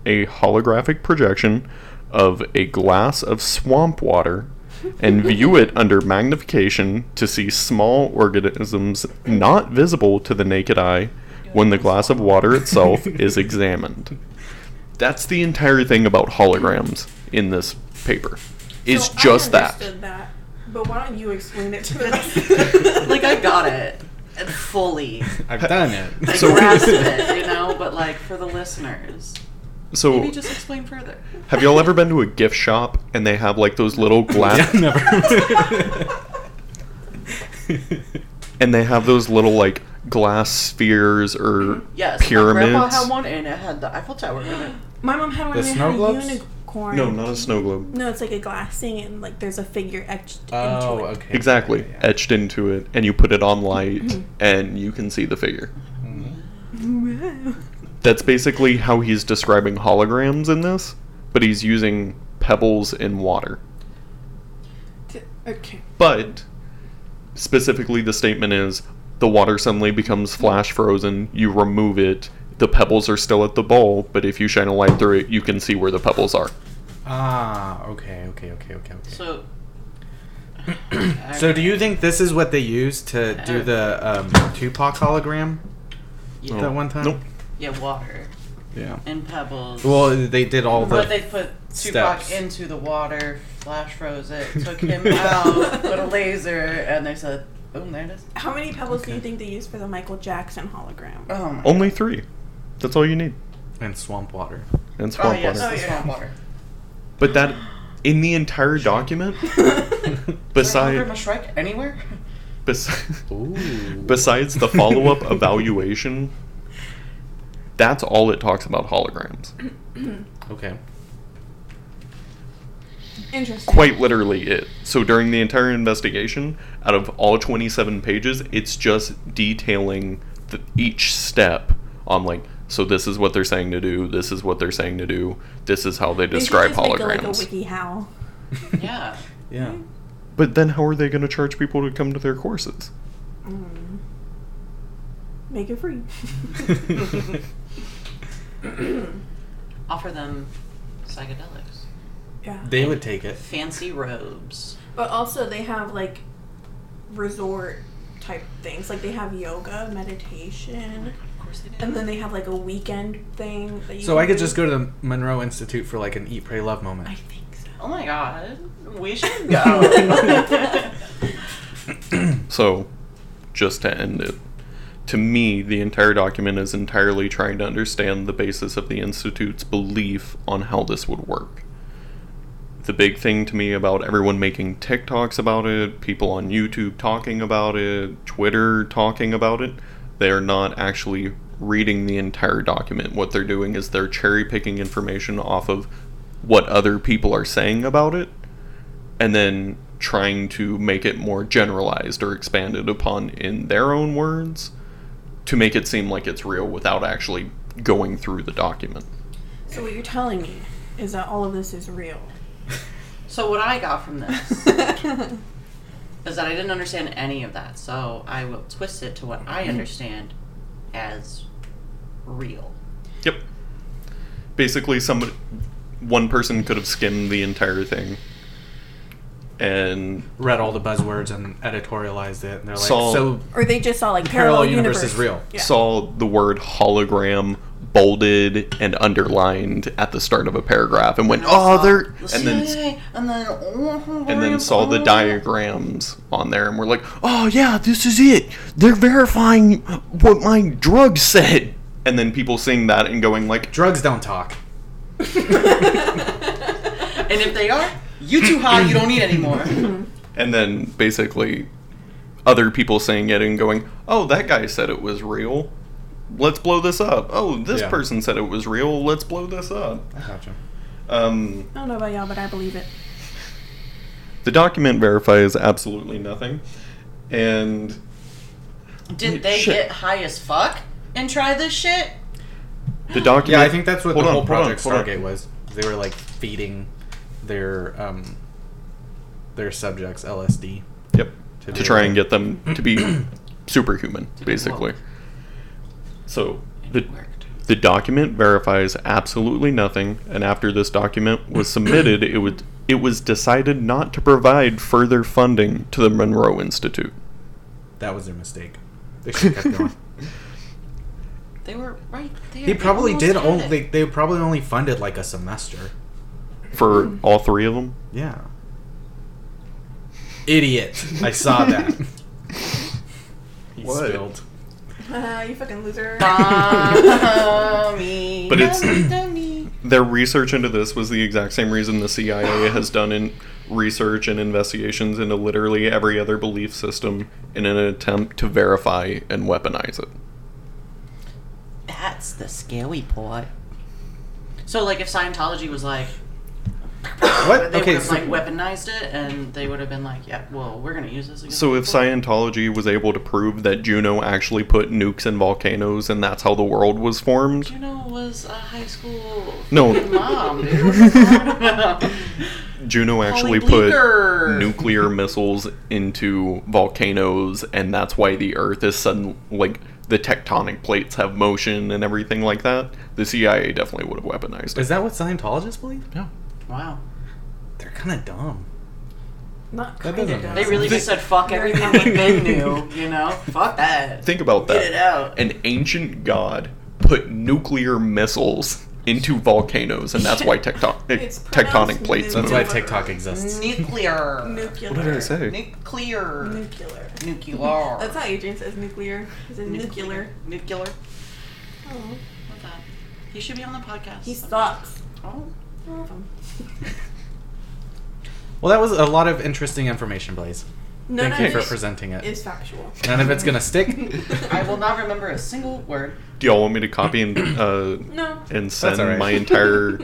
Speaker 6: a holographic projection of a glass of swamp water and view it under magnification to see small organisms not visible to the naked eye when the glass of water itself is examined. That's the entire thing about holograms in this paper. It's
Speaker 3: So
Speaker 6: just
Speaker 3: I
Speaker 6: that.
Speaker 3: understood that. But why don't you explain it to the rest?
Speaker 5: Like I got it. And fully.
Speaker 4: I've done it.
Speaker 5: I
Speaker 6: So-
Speaker 5: grasped it, you know, but like for the listeners.
Speaker 6: So
Speaker 5: Maybe just explain further.
Speaker 6: Have y'all ever been to a gift shop and they have like those little glass
Speaker 4: Yeah, never.
Speaker 6: and they have those little like glass spheres or
Speaker 5: Yes. My grandma
Speaker 6: pyramids?
Speaker 5: had one and it had the Eiffel Tower in it.
Speaker 3: My mom had one
Speaker 4: The
Speaker 3: and it
Speaker 4: snow
Speaker 3: had
Speaker 4: globes?
Speaker 3: a unicorn.
Speaker 6: No, not a snow globe.
Speaker 3: No, it's like a glass thing and like there's a figure etched
Speaker 4: oh,
Speaker 3: into it.
Speaker 4: okay.
Speaker 6: Exactly.
Speaker 4: Yeah, Mm-hmm. yeah.
Speaker 6: Etched into it and you put it on light and you can see the figure. That's basically how he's describing holograms in this, but he's using pebbles in water.
Speaker 3: T- okay.
Speaker 6: But specifically, the statement is the water suddenly becomes
Speaker 4: Mm-hmm.
Speaker 6: flash frozen. You remove it. The pebbles are still at the bowl, but if you shine a light through it, you can see where the pebbles are.
Speaker 4: Ah, okay, okay, okay, okay, okay. So,
Speaker 5: So
Speaker 4: do you think this is what they used to do the um, Tupac hologram
Speaker 5: Yeah.
Speaker 4: that one time?
Speaker 6: Oh. Nope.
Speaker 5: Yeah, water
Speaker 4: Yeah.
Speaker 5: and pebbles.
Speaker 4: Well, they did all the.
Speaker 5: but they put Tupac
Speaker 4: steps.
Speaker 5: into the water, flash froze it, took him out, put a laser, and they said, "Boom, there it is."
Speaker 3: How many pebbles do you think they used for the Michael Jackson hologram?
Speaker 5: Oh my!
Speaker 6: Only three. That's all you need.
Speaker 4: and swamp water.
Speaker 6: And
Speaker 5: oh
Speaker 6: swamp
Speaker 5: yes,
Speaker 6: water.
Speaker 5: the
Speaker 3: yeah.
Speaker 5: swamp water.
Speaker 6: But that, in the entire document,
Speaker 5: Remember
Speaker 6: beside,
Speaker 5: Shrek anywhere?
Speaker 6: bes-
Speaker 4: Ooh.
Speaker 6: besides the follow up evaluation, that's all it talks about holograms.
Speaker 4: Okay.
Speaker 3: Interesting.
Speaker 6: quite literally it. So during the entire investigation, out of all 27 pages, it's just detailing the, each step on like so this is what they're saying to do, this is what they're saying to do, this is how they
Speaker 3: They should
Speaker 6: describe
Speaker 3: just make it
Speaker 6: holograms.
Speaker 3: Like a wiki how.
Speaker 5: Yeah.
Speaker 4: Yeah.
Speaker 6: but then how are they going to charge people to come to their courses?
Speaker 3: Mm. Make it free.
Speaker 5: Offer them psychedelics,
Speaker 3: Yeah.
Speaker 4: they would take it.
Speaker 5: fancy robes.
Speaker 3: But also they have like resort type things. Like they have yoga, meditation,
Speaker 5: Of course they do.
Speaker 3: and then they have like a weekend thing. That you
Speaker 4: So
Speaker 3: can
Speaker 4: I could
Speaker 3: do.
Speaker 4: just go to the Monroe Institute for like an eat, pray, love moment.
Speaker 3: I think so.
Speaker 5: Oh my god, we should go.
Speaker 6: So, just to end it, to me, the entire document is entirely trying to understand the basis of the Institute's belief on how this would work. The big thing to me about everyone making TikToks about it, people on YouTube talking about it, Twitter talking about it, they are not actually reading the entire document. What they're doing is they're cherry picking information off of what other people are saying about it and then trying to make it more generalized or expanded upon in their own words to make it seem like it's real without actually going through the document.
Speaker 3: So what you're telling me is that all of this is real.
Speaker 5: so what I got from this is that I didn't understand any of that, so I will twist it to what I understand as real.
Speaker 6: Yep. Basically somebody one person could have skimmed the entire thing and
Speaker 4: Read all the buzzwords and editorialized it, and they're like,
Speaker 6: Saw-
Speaker 4: so
Speaker 3: or they just saw like
Speaker 4: parallel
Speaker 3: parallel,
Speaker 4: universe, is real.
Speaker 3: Yeah.
Speaker 6: saw the word hologram bolded and underlined at the start of a paragraph and went, "Oh, they're and then
Speaker 5: and then uh-huh,
Speaker 6: and then saw the diagrams on there and were like, "Oh yeah, this is it. They're verifying what my drug said." And then people seeing that and going like,
Speaker 4: Drugs don't talk.
Speaker 5: And if they are, you too high, you don't need anymore.
Speaker 6: and then basically other people saying it and going, "Oh, that guy said it was real. Let's blow this up. Oh, this
Speaker 4: Yeah.
Speaker 6: person said it was real. Let's blow this up."
Speaker 4: Gotcha.
Speaker 6: Um,
Speaker 3: I don't know about y'all, but I believe it.
Speaker 6: the document verifies absolutely nothing, and
Speaker 5: Did they
Speaker 6: Shit.
Speaker 5: get high as fuck and try this shit?
Speaker 6: the document.
Speaker 4: Yeah, I think that's what
Speaker 6: Hold
Speaker 4: the
Speaker 6: on,
Speaker 4: whole
Speaker 6: hold on,
Speaker 4: project
Speaker 6: hold on.
Speaker 4: Stargate was. They were like feeding their um their subjects LSD.
Speaker 6: Yep.
Speaker 4: To
Speaker 6: To,
Speaker 4: do
Speaker 6: try
Speaker 4: it.
Speaker 6: and get them to be superhuman, basically.
Speaker 5: work.
Speaker 6: So the
Speaker 5: It worked.
Speaker 6: the document verifies absolutely nothing, and after this document was submitted, it would it was decided not to provide further funding to the Monroe Institute.
Speaker 4: That was their mistake. They should have kept going.
Speaker 5: They were right there.
Speaker 4: He
Speaker 5: They
Speaker 4: probably
Speaker 5: almost
Speaker 4: did
Speaker 5: had
Speaker 4: only
Speaker 5: it.
Speaker 4: they, they probably only funded like a semester.
Speaker 6: For all three of them,
Speaker 4: Yeah. Idiot. I saw that. he
Speaker 6: What?
Speaker 4: spilled.
Speaker 3: Uh, you fucking loser.
Speaker 5: Mommy.
Speaker 6: But it's-
Speaker 5: Mommy.
Speaker 6: their research into this was the exact same reason the CIA has done in research and investigations into literally every other belief system in an attempt to verify and weaponize it.
Speaker 5: That's the scary part. So, like, if Scientology was like,
Speaker 4: What?
Speaker 5: they
Speaker 4: Okay,
Speaker 5: would have
Speaker 4: so
Speaker 5: like weaponized it, and they would have been like, yeah, well, we're gonna use this. Against
Speaker 6: So if
Speaker 5: people.
Speaker 6: Scientology was able to prove that Juno actually put nukes in volcanoes and that's how the world was formed,
Speaker 5: Juno was a high school
Speaker 6: No.
Speaker 5: fucking mom, dude. What the fuck?
Speaker 6: Juno actually put
Speaker 5: Bleecker.
Speaker 6: nuclear missiles into volcanoes and that's why the earth is sudden like the tectonic plates have motion and everything like that. The CIA definitely would have weaponized it.
Speaker 4: is that what Scientologists believe?
Speaker 6: Yeah.
Speaker 5: wow.
Speaker 4: They're kinda dumb.
Speaker 3: Not
Speaker 4: That
Speaker 3: kinda
Speaker 4: doesn't
Speaker 3: dumb.
Speaker 5: They really just said fuck everything we've been new, you know? Fuck that.
Speaker 6: Think about that.
Speaker 5: Get it out.
Speaker 6: An ancient god put nuclear missiles into volcanoes and that's why tectonic
Speaker 3: It's pronounced
Speaker 6: tectonic plates
Speaker 4: That's
Speaker 3: nuclear.
Speaker 6: move.
Speaker 4: why TikTok exists.
Speaker 5: Nuclear.
Speaker 3: nuclear.
Speaker 6: What did I say?
Speaker 5: Nuclear.
Speaker 3: Nuclear.
Speaker 5: Nuclear.
Speaker 3: That's how Adrian says nuclear. He says nuclear.
Speaker 5: Nuclear.
Speaker 3: Oh.
Speaker 5: Love that. He should be on the podcast.
Speaker 3: He sucks.
Speaker 5: Oh.
Speaker 4: Well that was a lot of interesting information, Blaze.
Speaker 3: None
Speaker 4: Thank you
Speaker 3: of
Speaker 4: for
Speaker 3: it
Speaker 4: presenting it.
Speaker 3: is factual.
Speaker 4: None of it's gonna stick.
Speaker 5: I will not remember a single word.
Speaker 6: Do y'all want me to copy and uh,
Speaker 3: No.
Speaker 6: and send Er.
Speaker 4: all right.
Speaker 6: my entire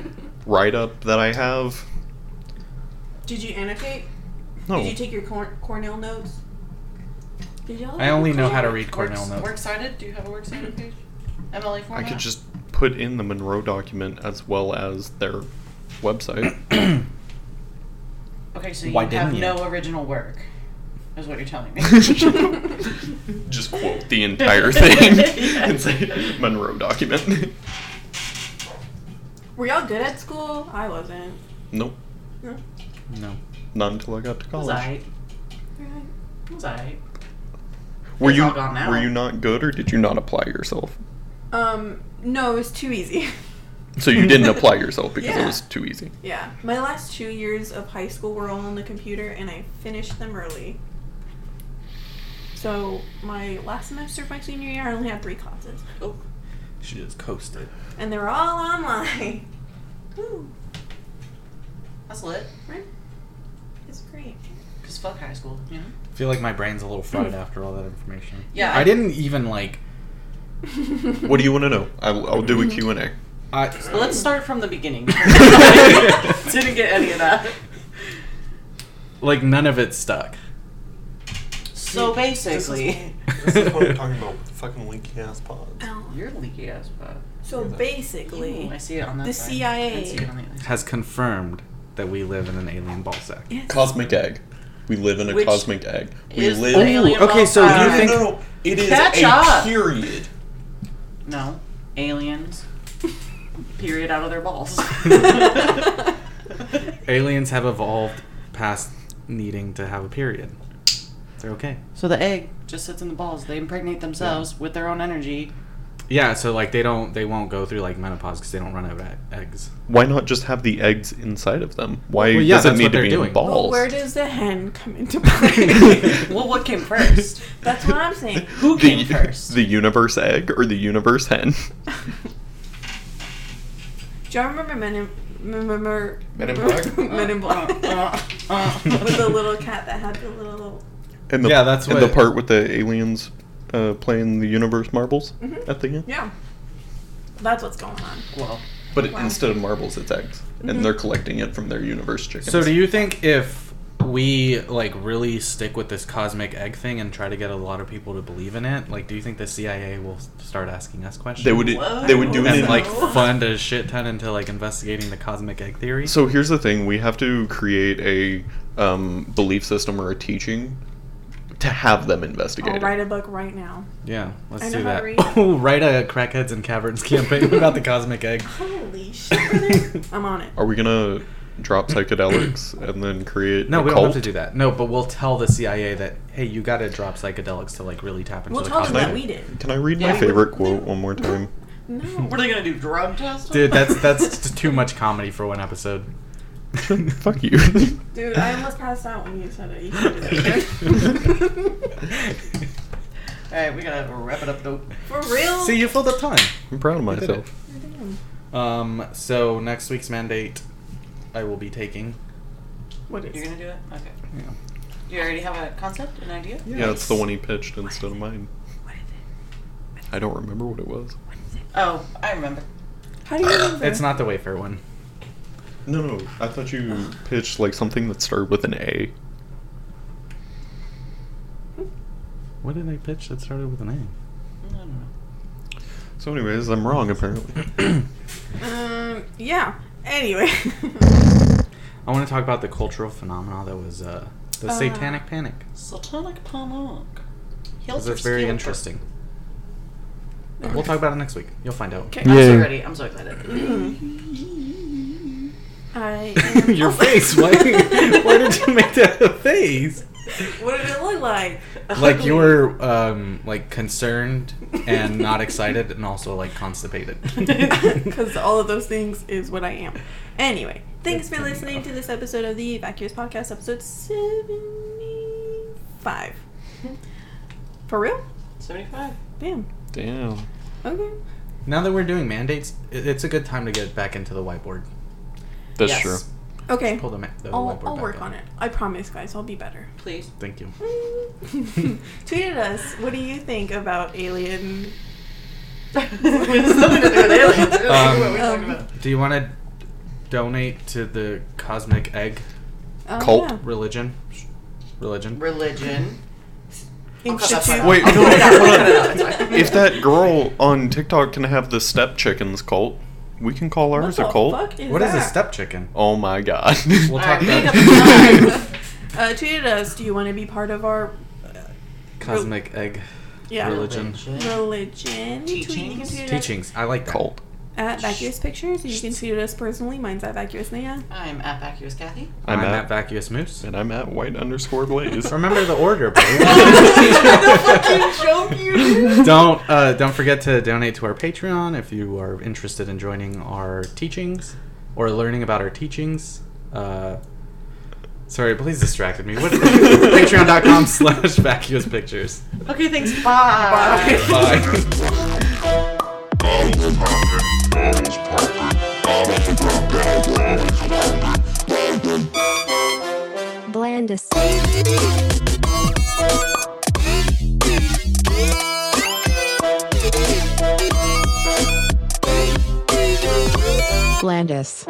Speaker 6: write up that I have?
Speaker 3: Did you annotate?
Speaker 6: No.
Speaker 3: Did you take your Corn- Cornell notes? Did y'all?
Speaker 4: I only know how to read Cornell
Speaker 5: Works-
Speaker 4: notes.
Speaker 5: Works cited? Do you have a works cited page? MLA
Speaker 6: I
Speaker 5: format?
Speaker 6: could just put in the Monroe document as well as their website.
Speaker 5: Okay, so you
Speaker 4: Why
Speaker 5: have
Speaker 4: didn't you?
Speaker 5: no original work, is what you're telling me.
Speaker 6: just quote the entire thing and say Monroe document.
Speaker 3: Were y'all good at school? I wasn't.
Speaker 6: nope,
Speaker 3: No.
Speaker 4: No.
Speaker 6: not until I got to
Speaker 5: was
Speaker 6: college.
Speaker 5: I?
Speaker 3: You're like,
Speaker 5: Was I?
Speaker 6: Were
Speaker 5: It's
Speaker 6: you
Speaker 5: all gone now.
Speaker 6: were you not good or did you not apply yourself?
Speaker 3: Um, no, it was too easy.
Speaker 6: So you didn't apply yourself because it
Speaker 3: Yeah.
Speaker 6: was too easy.
Speaker 3: yeah. My last two years of high school were all on the computer and I finished them early. So my last semester of my senior year I only had three classes.
Speaker 5: Oh,
Speaker 4: She just coasted.
Speaker 3: And they were all online. Woo,
Speaker 5: that's lit.
Speaker 3: right? It's great.
Speaker 5: Cause fuck high school, you know.
Speaker 4: I feel like my brain's a little fried after all that information.
Speaker 5: Yeah,
Speaker 4: I
Speaker 5: I-
Speaker 4: didn't even like.
Speaker 6: What do you want to know? I'll, I'll do a Q and A.
Speaker 4: I,
Speaker 5: Well, let's start from the beginning. Didn't get any of that.
Speaker 4: like none of it stuck.
Speaker 5: So basically,
Speaker 2: This is what I'm talking about. Fucking leaky ass pods.
Speaker 3: Ow.
Speaker 5: you're leaky ass, but
Speaker 3: So basically,
Speaker 5: Ooh, I see it on that
Speaker 3: The
Speaker 5: side.
Speaker 3: CIA.
Speaker 5: I see it on the other side.
Speaker 4: Has confirmed that we live in an alien ball sack.
Speaker 3: yes.
Speaker 6: Cosmic egg. We live in a
Speaker 5: Which
Speaker 6: cosmic egg. We
Speaker 5: is
Speaker 6: live.
Speaker 5: the alien
Speaker 4: okay,
Speaker 5: ball
Speaker 4: so
Speaker 5: sack.
Speaker 4: you
Speaker 2: no,
Speaker 4: think-
Speaker 2: no, no. It is
Speaker 5: Catch
Speaker 2: a
Speaker 5: up.
Speaker 2: period.
Speaker 5: No, aliens. Period out of their balls.
Speaker 4: Aliens have evolved past needing to have a period. They're okay.
Speaker 5: so the egg just sits in the balls. They impregnate themselves with their own energy.
Speaker 4: Yeah, so like they don't, they won't go through like menopause because they don't run out of e- eggs.
Speaker 6: Why not just have the eggs inside of them? Why
Speaker 4: Well, yeah,
Speaker 6: does it
Speaker 4: that's
Speaker 6: need
Speaker 4: what
Speaker 6: to
Speaker 4: they're
Speaker 6: be
Speaker 4: doing.
Speaker 6: in
Speaker 4: Well,
Speaker 6: balls?
Speaker 3: But where does the hen come into play?
Speaker 5: Well, what came first?
Speaker 3: That's what I'm saying.
Speaker 5: Who
Speaker 6: the,
Speaker 5: came first?
Speaker 6: the universe egg or the universe hen?
Speaker 3: Do y'all remember Men in, remember
Speaker 2: Men in Black?
Speaker 3: Men in Black.
Speaker 5: Uh, uh,
Speaker 3: With the little cat that had the little.
Speaker 6: And the,
Speaker 4: Yeah, that's
Speaker 6: and
Speaker 4: what-
Speaker 6: the part with the aliens uh, playing the universe marbles
Speaker 5: Mm-hmm.
Speaker 6: at the end.
Speaker 3: Yeah. That's what's going on.
Speaker 5: well,
Speaker 6: But it-
Speaker 3: Wow.
Speaker 6: instead of marbles, it's eggs,
Speaker 5: Mm-hmm.
Speaker 6: and they're collecting it from their universe chickens.
Speaker 4: So do you think if we like really stick with this cosmic egg thing and try to get a lot of people to believe in it, like do you think the CIA will s- start asking us questions?
Speaker 6: They would
Speaker 5: Whoa.
Speaker 6: they would do it
Speaker 4: and
Speaker 6: in
Speaker 4: like
Speaker 6: like.
Speaker 4: fund a shit ton into like investigating the cosmic egg theory.
Speaker 6: So here's the thing: we have to create a um, belief system or a teaching to have them investigate.
Speaker 3: I'll
Speaker 6: it.
Speaker 3: write a book right now.
Speaker 4: yeah, let's
Speaker 3: I know
Speaker 4: do
Speaker 3: how
Speaker 4: that.
Speaker 3: to read.
Speaker 4: Oh, write a crackheads and caverns campaign about the cosmic egg.
Speaker 3: Holy shit, brother. I'm on it.
Speaker 6: Are we gonna drop psychedelics and then create?
Speaker 4: No,
Speaker 6: a
Speaker 4: we don't
Speaker 6: cult?
Speaker 4: have to do that. No, but we'll tell the CIA that hey, you got to drop psychedelics to like really tap into
Speaker 3: We'll
Speaker 4: the
Speaker 3: tell them
Speaker 4: cosmic.
Speaker 3: that
Speaker 6: I-
Speaker 3: we did.
Speaker 6: Can I read
Speaker 5: Yeah.
Speaker 6: my favorite quote one more time?
Speaker 3: No.
Speaker 5: what are they gonna do? Drug test?
Speaker 4: Dude, that's that's t- too much comedy for one episode.
Speaker 6: Fuck you.
Speaker 3: Dude, I almost passed out when you said it. You said it.
Speaker 5: All right, we gotta wrap it up though.
Speaker 3: For real?
Speaker 4: See, you filled up time.
Speaker 6: I'm proud of
Speaker 4: You did
Speaker 6: myself.
Speaker 3: Damn.
Speaker 4: Um, so next week's mandate, I will be taking.
Speaker 3: What is
Speaker 5: You're gonna do it? Okay.
Speaker 4: Yeah.
Speaker 5: You already have a concept, an idea?
Speaker 6: Yeah, it's the one he pitched instead of mine.
Speaker 3: What is it?
Speaker 6: I don't remember what it was.
Speaker 5: Oh, I remember.
Speaker 3: How do you remember?
Speaker 4: It's not the Wayfair one.
Speaker 6: No, no, I thought you pitched like something that started with an A.
Speaker 4: What did I pitch that started with an A?
Speaker 5: I don't know.
Speaker 6: So, anyways, I'm wrong apparently.
Speaker 3: Um, yeah. Anyway.
Speaker 4: I want to talk about the cultural phenomena that was uh, the
Speaker 3: Uh.
Speaker 4: Satanic Panic.
Speaker 5: Satanic panic.
Speaker 4: Because it's very interesting. We'll talk about it next week. You'll find out.
Speaker 5: I'm so
Speaker 6: Yeah.
Speaker 5: ready. I'm so excited.
Speaker 3: I am-
Speaker 4: Your face. Why, why did you make that a face?
Speaker 3: What did it look like?
Speaker 4: Like you were um, like concerned and not excited and also like constipated.
Speaker 3: because all of those things is what I am. Anyway, thanks for listening to this episode of the Vacuous Podcast, episode 75. For real?
Speaker 5: 75.
Speaker 3: Damn.
Speaker 6: Damn.
Speaker 3: Okay.
Speaker 4: now that we're doing mandates, i- it's a good time to get back into the whiteboard.
Speaker 6: That's
Speaker 5: Yes.
Speaker 6: true.
Speaker 3: Okay.
Speaker 4: Pull the, ma- the
Speaker 3: I'll,
Speaker 4: whiteboard
Speaker 3: I'll
Speaker 4: back
Speaker 3: work
Speaker 4: up.
Speaker 3: on it. I promise, guys, I'll be better.
Speaker 5: Please.
Speaker 4: Thank you.
Speaker 3: Tweet at us. What do you think about alien?
Speaker 5: It's nothing to do with aliens. I don't know what we're
Speaker 3: Um,
Speaker 5: talking about.
Speaker 4: Do you want to donate to the Cosmic Egg
Speaker 3: Oh,
Speaker 6: Cult.
Speaker 3: yeah.
Speaker 4: Religion. Religion.
Speaker 5: Religion.
Speaker 3: Institute.
Speaker 6: Wait,
Speaker 5: no,
Speaker 6: no,
Speaker 5: no, no, no, no, it's fine.
Speaker 6: if that girl on TikTok can have the step chickens cult, we can call
Speaker 3: What
Speaker 6: ours
Speaker 3: the
Speaker 6: a cult.
Speaker 3: fuck is
Speaker 4: What is a
Speaker 3: that?
Speaker 4: step chicken?
Speaker 6: Oh my god.
Speaker 4: We'll
Speaker 5: All
Speaker 4: talk
Speaker 5: right, make
Speaker 4: about it.
Speaker 3: Uh, tweeted us. Do you want to be part of our
Speaker 4: Cosmic egg
Speaker 3: yeah
Speaker 4: Religion.
Speaker 3: religion? Tweet- You can
Speaker 5: Teachings?
Speaker 3: tweet us
Speaker 4: teachings. I like that.
Speaker 6: cult.
Speaker 3: at vacuous pictures. You can tweet us personally. Mine's at vacuous Naya.
Speaker 5: I'm at vacuous Kathy.
Speaker 4: I'm,
Speaker 6: I'm,
Speaker 4: at,
Speaker 6: at,
Speaker 4: vacuous moose.
Speaker 6: and I'm at white underscore blaze.
Speaker 4: Remember the order, bro. don't uh, don't forget to donate to our Patreon if you are interested in joining our teachings or learning about our teachings. Uh, sorry, please distracted me. What? Patreon.com slash vacuous pictures.
Speaker 5: Okay, thanks. Bye.
Speaker 4: Bye.
Speaker 7: Blandis. Blandis.